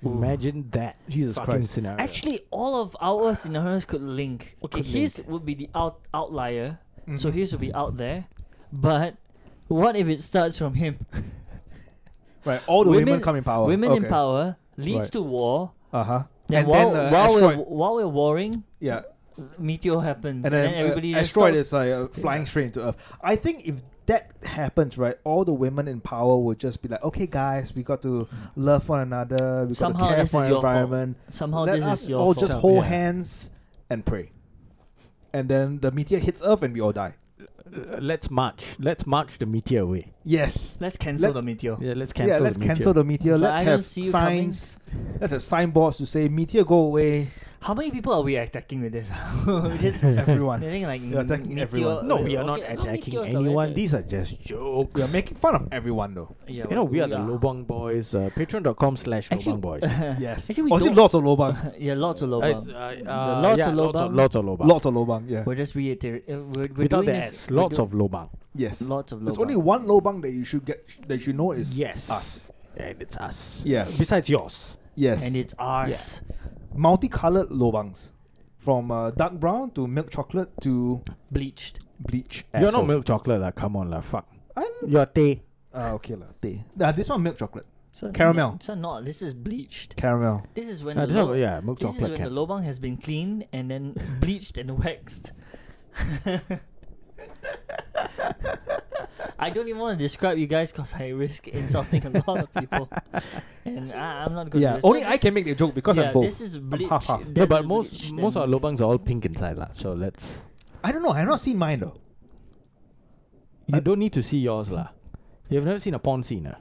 Speaker 1: Imagine that.
Speaker 2: Jesus
Speaker 1: fucking
Speaker 2: Christ.
Speaker 1: scenario.
Speaker 3: Actually, all of our scenarios could link. Okay,
Speaker 1: Could
Speaker 3: his would be the out outlier, so
Speaker 2: Mm-hmm.
Speaker 3: his would be out there. But what if it starts from him?
Speaker 2: Right. All the women,
Speaker 3: Women-
Speaker 2: come in power.
Speaker 3: Women in
Speaker 2: Okay.
Speaker 3: power leads
Speaker 2: Right.
Speaker 3: to war.
Speaker 2: Uh huh.
Speaker 3: Then
Speaker 2: And
Speaker 3: while,
Speaker 2: then uh,
Speaker 3: while we're
Speaker 2: asteroid.
Speaker 3: while we're warring,
Speaker 2: Yeah.
Speaker 3: meteor happens,
Speaker 2: And then,
Speaker 3: everybody
Speaker 2: uh,
Speaker 3: just
Speaker 2: asteroid
Speaker 3: stops.
Speaker 2: is like uh, flying straight into Earth. I think if that happens, right, all the women in power would just be like, okay, guys, we got to love one another. We
Speaker 3: Somehow
Speaker 2: got to care
Speaker 3: this
Speaker 2: for
Speaker 3: is
Speaker 2: our
Speaker 3: your fault.
Speaker 2: environment.
Speaker 3: somehow
Speaker 2: Let
Speaker 3: this
Speaker 2: us
Speaker 3: is your
Speaker 2: all
Speaker 3: fault.
Speaker 2: just hold
Speaker 1: Yeah.
Speaker 2: hands and pray. And then the meteor hits Earth and we all die.
Speaker 1: Uh, let's march. Let's march the meteor away.
Speaker 2: Yes.
Speaker 3: Let's cancel
Speaker 2: Let-
Speaker 3: the meteor.
Speaker 1: Yeah, let's cancel
Speaker 2: Oh. yeah, let's
Speaker 1: the meteor.
Speaker 2: cancel the meteor.
Speaker 3: But
Speaker 2: let's
Speaker 3: I don't
Speaker 2: have
Speaker 3: see you
Speaker 2: signs. Let's have signboards to say meteor go away.
Speaker 3: How many people are we attacking with this? we just
Speaker 2: Everyone.
Speaker 3: They're like
Speaker 2: You're attacking
Speaker 3: meteor-
Speaker 2: everyone.
Speaker 1: No,
Speaker 3: uh,
Speaker 1: we are not
Speaker 3: okay,
Speaker 1: attacking
Speaker 3: meteors are
Speaker 1: anyone.
Speaker 3: better.
Speaker 1: These are just jokes.
Speaker 2: we are making fun of everyone though.
Speaker 3: yeah,
Speaker 1: you know, we, are, the Lobang Boys. Uh, Patreon.com slash
Speaker 3: Actually-
Speaker 1: Lobang Boys.
Speaker 2: Yes.
Speaker 3: Actually, we
Speaker 2: Or is it
Speaker 3: don't-
Speaker 2: lots of lobang?
Speaker 3: yeah, lots of
Speaker 1: Uh, it's, uh,
Speaker 3: lobang. The
Speaker 1: uh,
Speaker 3: lots
Speaker 1: yeah,
Speaker 3: of
Speaker 1: lots of
Speaker 3: lobang.
Speaker 1: lots of lobang.
Speaker 2: Lots of lobang. Yeah.
Speaker 3: We're just reiterating. We're, we're
Speaker 1: Without
Speaker 3: doing
Speaker 1: the
Speaker 3: this.
Speaker 1: S,
Speaker 3: we're
Speaker 1: lots
Speaker 3: do-
Speaker 1: of lobang.
Speaker 2: Yes.
Speaker 3: lots of lobang.
Speaker 2: There's only one lobang that you should get that you know is
Speaker 1: Yes,
Speaker 2: us.
Speaker 1: and it's us.
Speaker 2: Yeah.
Speaker 1: Besides yours,
Speaker 2: Yes.
Speaker 3: and it's ours.
Speaker 2: multicolored lobangs, from uh, dark brown to milk chocolate to
Speaker 3: Bleached.
Speaker 2: bleach.
Speaker 1: you're
Speaker 2: Asshole.
Speaker 1: not milk chocolate, lah. Come on, lah. Fuck.
Speaker 2: I'm-
Speaker 1: You're tea.
Speaker 2: Ah, okay lah. Teh. Nah, this one milk chocolate.
Speaker 3: So n-
Speaker 2: Caramel.
Speaker 3: so not. This is bleached.
Speaker 2: Caramel.
Speaker 3: This is when
Speaker 1: Uh,
Speaker 3: the
Speaker 1: this one-
Speaker 3: lo-
Speaker 1: yeah, milk
Speaker 3: this is
Speaker 1: chocolate
Speaker 3: when
Speaker 1: can.
Speaker 3: the lobang has been cleaned and then bleached and waxed. I don't even want to describe you guys because I risk insulting a lot of people, and I, I'm not good.
Speaker 2: Yeah.
Speaker 3: at it. So
Speaker 2: Only I
Speaker 3: this
Speaker 2: can
Speaker 3: is-
Speaker 2: make the joke because
Speaker 3: yeah,
Speaker 2: I'm both.
Speaker 3: This is bleached.
Speaker 2: half, half.
Speaker 1: No,
Speaker 3: this
Speaker 1: but
Speaker 3: is
Speaker 1: most
Speaker 3: bleached
Speaker 1: most our
Speaker 3: and-
Speaker 1: lobangs are all pink inside, lah. So let's.
Speaker 2: I don't know. I've not seen mine though.
Speaker 1: You
Speaker 2: I-
Speaker 1: don't need to see yours, lah. You've never seen a porn scene, ah.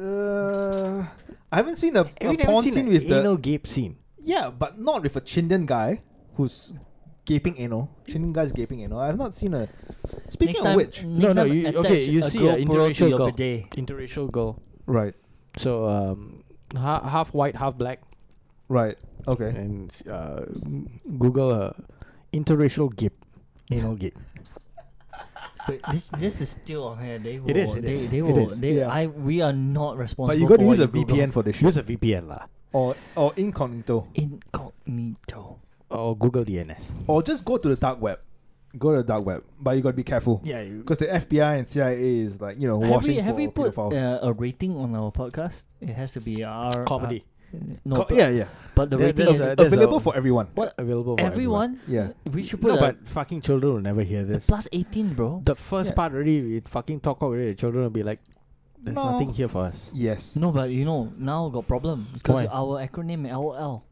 Speaker 2: Uh, I haven't seen a,
Speaker 1: Have
Speaker 2: a
Speaker 1: you never
Speaker 2: porn
Speaker 1: seen
Speaker 2: scene
Speaker 1: an
Speaker 2: with
Speaker 1: anal
Speaker 2: the
Speaker 1: gape scene?
Speaker 2: yeah, but not with a Chindian guy who's gaping anal. Chindian guy's gaping anal. I've not seen a. Speaking
Speaker 3: Next
Speaker 2: of
Speaker 3: time,
Speaker 2: which,
Speaker 1: No,
Speaker 3: next
Speaker 1: no.
Speaker 3: time
Speaker 1: You,
Speaker 3: attach
Speaker 1: okay, you
Speaker 3: a
Speaker 1: see uh, an
Speaker 3: GoPro to
Speaker 1: interracial
Speaker 3: your
Speaker 1: girl.
Speaker 3: bidet.
Speaker 1: Interracial girl.
Speaker 2: right,
Speaker 1: So um, ha- half white, half black,
Speaker 2: right, okay.
Speaker 1: and uh, Google uh, interracial gape, anal gape.
Speaker 3: Wait, this this is still on here. They will.
Speaker 1: It is, it
Speaker 3: they,
Speaker 1: is,
Speaker 3: they
Speaker 1: it
Speaker 3: will.
Speaker 1: is.
Speaker 3: They,
Speaker 2: Yeah.
Speaker 3: I. We are not responsible.
Speaker 2: But you
Speaker 3: got to
Speaker 2: use a VPN for this shit,
Speaker 1: Use a VPN, lah,
Speaker 2: or or incognito,
Speaker 3: Incognito.
Speaker 1: or Google DNS.
Speaker 2: or just go to the dark web. Go to the dark web, but you gotta be careful
Speaker 1: Yeah, you,
Speaker 2: because the FBI and CIA is like you know
Speaker 3: Have
Speaker 2: watching
Speaker 3: we, have
Speaker 2: for
Speaker 3: we put
Speaker 2: pedophiles.
Speaker 3: uh, a rating on our podcast? It has to be our
Speaker 1: comedy.
Speaker 3: uh, no,
Speaker 2: Co-
Speaker 3: but,
Speaker 2: yeah, yeah.
Speaker 3: but the
Speaker 1: There-
Speaker 3: rating
Speaker 1: there's
Speaker 3: is
Speaker 1: a-
Speaker 2: Available for everyone.
Speaker 3: what
Speaker 1: available for
Speaker 3: everyone.
Speaker 2: everyone.
Speaker 3: we should put
Speaker 1: No,
Speaker 3: a
Speaker 1: but fucking children will never hear this.
Speaker 3: plus eighteen, bro.
Speaker 1: the first
Speaker 2: Yeah.
Speaker 1: part already, we fucking talk out already. The children will be like, "There's
Speaker 2: No.
Speaker 1: nothing here for us."
Speaker 2: Yes.
Speaker 3: No, but you know now got problem
Speaker 1: Why?
Speaker 3: because our acronym LL.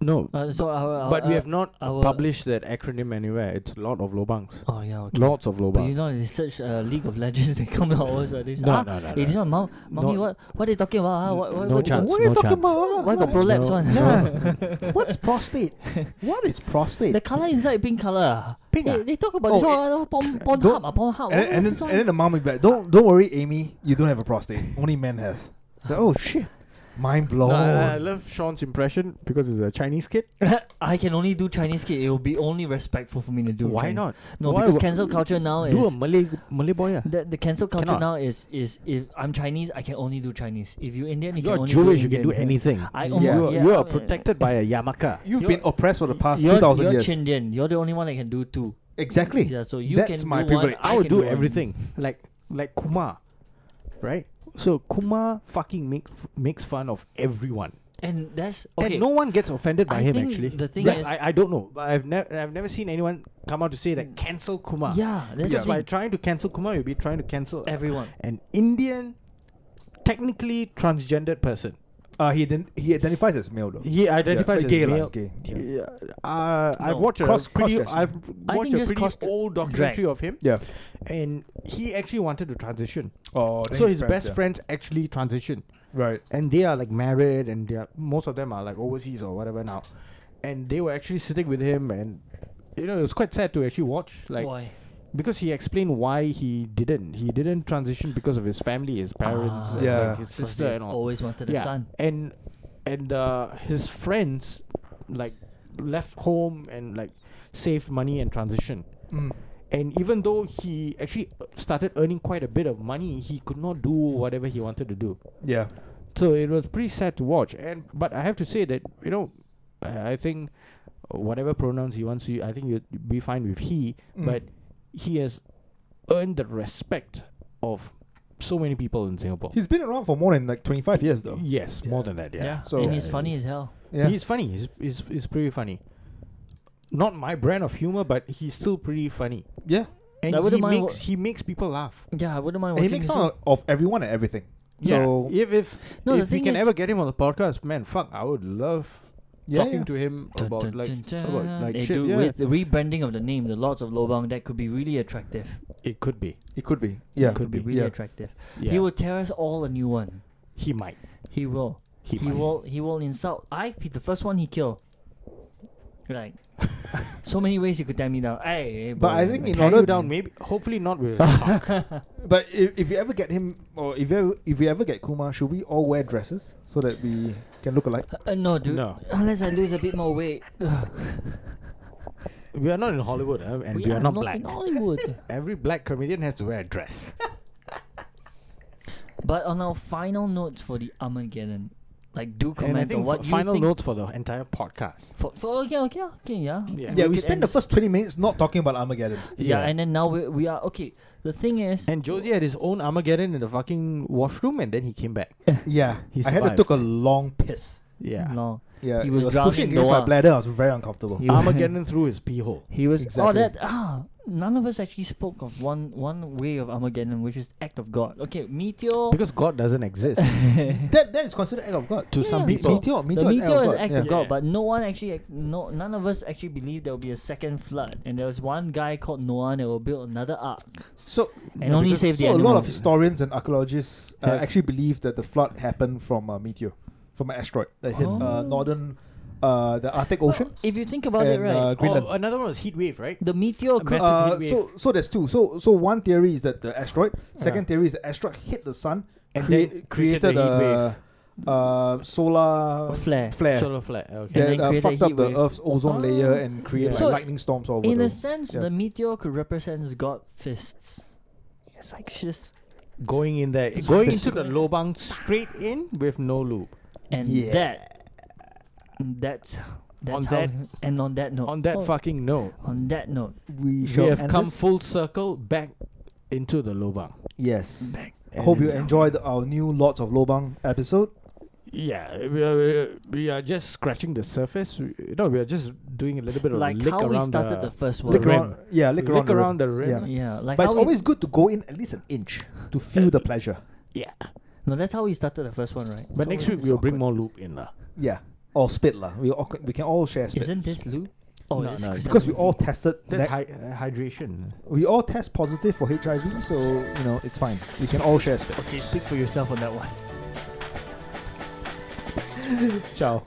Speaker 1: No,
Speaker 3: Uh, so our, our
Speaker 1: but we
Speaker 3: uh,
Speaker 1: have not
Speaker 3: our-
Speaker 1: published that acronym anywhere. It's a lot of lobangs.
Speaker 3: Oh yeah, okay.
Speaker 1: Lots of
Speaker 3: But you
Speaker 1: lobangs.
Speaker 3: know, they search uh, League of Legends. They come out also. They say,
Speaker 1: No,
Speaker 3: ah,
Speaker 1: no, no,
Speaker 3: eh,
Speaker 1: no.
Speaker 3: this one, mom, mommy,
Speaker 1: No-
Speaker 3: what, what are you talking about? ah? What, what,
Speaker 1: no
Speaker 3: what,
Speaker 1: chance.
Speaker 2: What are you
Speaker 1: no
Speaker 2: talking
Speaker 1: chance.
Speaker 2: about?
Speaker 3: What, what got prolapse
Speaker 1: No.
Speaker 3: one?
Speaker 2: Yeah. What's prostate? What is prostate?
Speaker 3: the color inside pink color.
Speaker 2: Pink
Speaker 3: They,
Speaker 2: ah?
Speaker 3: they talk about
Speaker 2: Oh,
Speaker 3: this
Speaker 2: it-
Speaker 3: one.
Speaker 1: eh,
Speaker 3: ah, Porn, porn
Speaker 2: Don't-
Speaker 3: hub, ah, porn hub.
Speaker 2: and,
Speaker 3: what
Speaker 2: then, and,
Speaker 3: is this
Speaker 2: then,
Speaker 3: one?
Speaker 2: and then the mom will be like, "Don't don't worry, Amy. You don't have a prostate. Only men has." Like, oh shit! Mind blown.
Speaker 1: No, I, I love Sean's impression because it's a Chinese kid.
Speaker 3: I can only do Chinese kid. It will be only respectful for me to do.
Speaker 1: Why
Speaker 3: Chinese.
Speaker 1: not?
Speaker 3: No,
Speaker 1: Why
Speaker 3: because
Speaker 1: wo-
Speaker 3: cancel culture now
Speaker 1: Do a
Speaker 3: is
Speaker 1: Malay Malay boy. ah.
Speaker 3: the, the cancel culture
Speaker 1: Cannot.
Speaker 3: now is is if I'm Chinese, I can only do Chinese. If you're Indian, you
Speaker 1: You're
Speaker 3: can only
Speaker 1: Jewish.
Speaker 3: do
Speaker 1: You
Speaker 3: Indian.
Speaker 1: can do anything.
Speaker 3: I
Speaker 2: Yeah.
Speaker 3: only,
Speaker 1: You
Speaker 2: You
Speaker 1: are,
Speaker 3: yeah,
Speaker 1: you
Speaker 3: I
Speaker 1: are
Speaker 3: mean,
Speaker 1: protected by a yarmulke.
Speaker 2: You've
Speaker 3: You're-
Speaker 2: been oppressed for the past
Speaker 3: you're,
Speaker 2: two thousand
Speaker 3: you're
Speaker 2: years.
Speaker 3: Chindian. You're the only one that can do two.
Speaker 2: Exactly.
Speaker 3: Yeah, so you
Speaker 2: That's
Speaker 3: can
Speaker 2: my
Speaker 3: do
Speaker 2: privilege.
Speaker 3: One,
Speaker 1: I would
Speaker 3: can
Speaker 1: do
Speaker 3: one.
Speaker 1: everything like like Kumar, right? So Kumar fucking makes makes fun of everyone,
Speaker 3: And that's okay.
Speaker 1: and no one gets offended by
Speaker 3: I
Speaker 1: him.
Speaker 3: think
Speaker 1: Actually,
Speaker 3: the thing
Speaker 1: Like,
Speaker 3: is-
Speaker 1: I, I don't know, but I've never I've never seen anyone come out to say that cancel Kumar.
Speaker 3: Mm. yeah, that's
Speaker 1: because
Speaker 3: the
Speaker 1: by
Speaker 3: thing.
Speaker 1: trying to cancel Kumar, you'll be trying to cancel
Speaker 3: everyone.
Speaker 1: an Indian, technically transgendered person.
Speaker 2: Uh, he ident- he identifies as male though.
Speaker 1: He identifies
Speaker 2: Yeah,
Speaker 1: as
Speaker 2: gay lah,
Speaker 1: male.
Speaker 2: gay, yeah.
Speaker 1: Yeah, Uh, I've
Speaker 3: No,
Speaker 1: watched a
Speaker 2: cross-
Speaker 1: pretty.
Speaker 2: cross-dressing.
Speaker 1: I've
Speaker 3: I
Speaker 1: watched
Speaker 3: think
Speaker 1: a
Speaker 3: just
Speaker 1: pretty
Speaker 3: cross-
Speaker 1: old
Speaker 3: drag.
Speaker 1: documentary of him,
Speaker 2: Yeah.
Speaker 1: and he actually wanted to transition.
Speaker 2: Oh, then
Speaker 1: so his best
Speaker 2: yeah.
Speaker 1: friends actually transition
Speaker 2: Right.
Speaker 1: and they are like married and they are, most of them are like overseas or whatever now and they were actually sitting with him and you know it was quite sad to actually watch like
Speaker 3: Why?
Speaker 1: because he explained why he didn't he didn't transition because of his family his parents
Speaker 3: Ah.
Speaker 1: and,
Speaker 2: Yeah.
Speaker 1: like his
Speaker 3: Because
Speaker 1: sister
Speaker 3: they've
Speaker 1: and all
Speaker 3: Always wanted a son.
Speaker 1: and and uh, his friends like left home and like saved money and transitioned
Speaker 2: Mm.
Speaker 1: and even though he actually started earning quite a bit of money he could not do whatever he wanted to do
Speaker 2: Yeah.
Speaker 1: so it was pretty sad to watch and but i have to say that you know i, I think whatever pronouns he wants you i think you'd be fine with he
Speaker 2: Mm.
Speaker 1: but he has earned the respect of so many people in singapore
Speaker 2: He's been around for more than like twenty five years though.
Speaker 1: yes more than that yeah,
Speaker 2: So-
Speaker 3: and
Speaker 2: Yeah,
Speaker 3: he's funny as hell.
Speaker 2: Yeah.
Speaker 1: he's funny he's, he's, he's pretty funny not my brand of humor but he's still pretty funny
Speaker 2: yeah.
Speaker 1: and
Speaker 3: I wouldn't
Speaker 1: he
Speaker 3: mind
Speaker 1: makes
Speaker 3: wa-
Speaker 1: he makes people laugh
Speaker 3: Yeah, I wouldn't mind
Speaker 2: And he
Speaker 3: watching.
Speaker 2: makes
Speaker 3: his
Speaker 2: fun of everyone and everything. So
Speaker 1: if if
Speaker 3: No, the
Speaker 1: if we
Speaker 3: thing
Speaker 1: can
Speaker 3: is-
Speaker 1: ever get him on the podcast, man, fuck, I would love
Speaker 2: Yeah,
Speaker 1: talking
Speaker 2: yeah.
Speaker 1: to him
Speaker 3: Dun,
Speaker 1: about
Speaker 3: dun,
Speaker 1: like
Speaker 3: dun,
Speaker 1: about
Speaker 3: dun.
Speaker 1: like
Speaker 3: They
Speaker 1: shit.
Speaker 3: do
Speaker 1: yeah.
Speaker 3: with the rebranding of the name, the lots of lobang that could be really attractive.
Speaker 1: it could be.
Speaker 2: it could be. Yeah.
Speaker 1: Could
Speaker 3: could be
Speaker 1: be,
Speaker 3: really
Speaker 2: yeah.
Speaker 3: attractive.
Speaker 1: Yeah.
Speaker 3: He will tear us all a new one.
Speaker 1: He might.
Speaker 3: He will.
Speaker 1: He
Speaker 3: He,
Speaker 1: might.
Speaker 3: will. He will insult. I be the first one he kill. Like, so many ways you could tie me down. Hey, hey,
Speaker 2: But
Speaker 3: bro,
Speaker 2: I think
Speaker 3: like,
Speaker 2: in
Speaker 1: Tie
Speaker 2: order
Speaker 1: you
Speaker 2: to-
Speaker 1: down, maybe hopefully not with.
Speaker 2: But if, if you ever get him, or if you ever, if you ever get Kuma, should we all wear dresses so that we can look alike?
Speaker 3: uh, no, dude.
Speaker 1: No.
Speaker 3: Unless I lose a bit more weight.
Speaker 1: we are not in Hollywood, uh, and we, are, not, black.
Speaker 3: in Hollywood.
Speaker 1: Every black comedian has to wear a dress.
Speaker 3: but on our final notes for the Armageddon, like, do
Speaker 1: and I
Speaker 3: comment on
Speaker 1: think
Speaker 3: what
Speaker 1: f-
Speaker 3: you
Speaker 1: final
Speaker 3: think.
Speaker 1: notes for the entire podcast.
Speaker 3: For, for okay, okay, okay, yeah.
Speaker 1: Yeah.
Speaker 2: Yeah,
Speaker 3: We
Speaker 2: we
Speaker 3: could
Speaker 2: spent
Speaker 3: end
Speaker 2: the
Speaker 3: this-
Speaker 2: first twenty minutes not talking about Armageddon.
Speaker 3: Yeah,
Speaker 1: Yeah.
Speaker 3: and then now we, we are okay. The thing is,
Speaker 1: And Josie had his own Armageddon in the fucking washroom, and then he came back.
Speaker 2: Yeah,
Speaker 1: He
Speaker 2: I had to
Speaker 1: survived.
Speaker 2: took a long piss.
Speaker 1: Yeah,
Speaker 3: no,
Speaker 2: Yeah,
Speaker 3: He
Speaker 2: he
Speaker 3: was
Speaker 2: was, pushing
Speaker 3: drowning
Speaker 2: against my
Speaker 3: Noah.
Speaker 2: bladder. I was very uncomfortable.
Speaker 3: he,
Speaker 1: Armageddon through his pee hole.
Speaker 3: he was oh
Speaker 2: Exactly.
Speaker 3: that ah. None of us actually spoke of one one way of Armageddon, which is act of God. Okay, meteor.
Speaker 1: Because God doesn't exist
Speaker 2: that that is considered act of God.
Speaker 1: to some
Speaker 3: Yeah,
Speaker 1: people.
Speaker 2: meteor, meteor,
Speaker 3: the
Speaker 2: is
Speaker 3: meteor
Speaker 2: act of
Speaker 3: is
Speaker 2: God.
Speaker 3: act
Speaker 2: yeah.
Speaker 3: of God,
Speaker 1: Yeah.
Speaker 3: but no one actually, ex- no, none of us actually believe there will be a second flood, and there was one guy called Noah that will build another ark
Speaker 2: So,
Speaker 3: and
Speaker 1: No,
Speaker 3: only
Speaker 1: because-
Speaker 3: save the
Speaker 2: so a lot of
Speaker 3: animals.
Speaker 2: historians and archaeologists uh,
Speaker 1: Have-
Speaker 2: actually believe that the flood happened from a meteor, from an asteroid that hit
Speaker 3: Oh.
Speaker 2: uh, northern, uh, the Arctic Ocean.
Speaker 3: if you think about it,
Speaker 2: and,
Speaker 3: right,
Speaker 2: uh, Greenland.
Speaker 1: Oh, another one was heat wave, right?
Speaker 3: the meteor could
Speaker 1: Massive
Speaker 2: Uh,
Speaker 1: heat
Speaker 2: so so there's two. So so one theory is that the asteroid. Second
Speaker 1: Yeah.
Speaker 2: theory is the asteroid hit the sun
Speaker 1: And
Speaker 2: crea-
Speaker 1: then created
Speaker 2: created
Speaker 1: the heat
Speaker 2: a uh, solar
Speaker 3: flare.
Speaker 2: flare
Speaker 1: Solar flare. Okay.
Speaker 3: Yeah.
Speaker 2: that
Speaker 3: then
Speaker 2: uh,
Speaker 3: created
Speaker 2: fucked
Speaker 3: heat
Speaker 2: up the
Speaker 3: wave.
Speaker 2: Earth's ozone layer
Speaker 3: Oh.
Speaker 2: and created
Speaker 1: Yeah.
Speaker 2: like
Speaker 3: So
Speaker 2: lightning storms over
Speaker 3: In
Speaker 2: the
Speaker 3: a sense,
Speaker 2: yeah.
Speaker 3: the meteor could represent God fists. It's like just
Speaker 1: Going in there,
Speaker 3: It's
Speaker 1: going into
Speaker 3: physical.
Speaker 1: the lobang straight in with no loop.
Speaker 3: and
Speaker 2: Yeah.
Speaker 3: that that's that's
Speaker 1: On
Speaker 3: how
Speaker 1: that-
Speaker 3: and on that note
Speaker 1: On that
Speaker 3: oh,
Speaker 1: fucking note,
Speaker 3: on that note
Speaker 2: we
Speaker 1: we
Speaker 2: shall
Speaker 1: have
Speaker 2: end
Speaker 1: come
Speaker 2: this.
Speaker 1: full circle back into the lobang.
Speaker 2: yes. I
Speaker 1: And
Speaker 2: hope you
Speaker 1: it's-
Speaker 2: enjoyed our new Lords of Lobang episode.
Speaker 1: Yeah, we are, we are- we are just scratching the surface. We, no, we are just doing a little bit of
Speaker 3: like
Speaker 1: lick
Speaker 3: how
Speaker 1: around
Speaker 3: we started the, first one
Speaker 2: Lick
Speaker 1: rim.
Speaker 2: around, yeah, lick,
Speaker 1: lick
Speaker 2: around, the rim.
Speaker 1: around the rim.
Speaker 2: Yeah.
Speaker 3: yeah like
Speaker 2: But
Speaker 3: how
Speaker 2: it's
Speaker 3: we-
Speaker 2: always good to go in at least an inch to feel the pleasure.
Speaker 3: no that's how we started the first one right
Speaker 1: But
Speaker 3: It's
Speaker 1: next
Speaker 3: always
Speaker 1: week
Speaker 3: this
Speaker 1: we'll bring
Speaker 3: awkward-
Speaker 1: more loop in lah.
Speaker 2: Yeah, or spit lah. We all, c- we can all share spit
Speaker 3: isn't this Luke oh
Speaker 1: No,
Speaker 3: it's
Speaker 1: no, it's-
Speaker 2: because we all tested.
Speaker 1: That's
Speaker 2: neg-
Speaker 1: hy- uh, hydration.
Speaker 2: we all test positive for HIV, so you know it's fine. We can all share spit.
Speaker 3: okay speak for yourself on that one
Speaker 2: Ciao.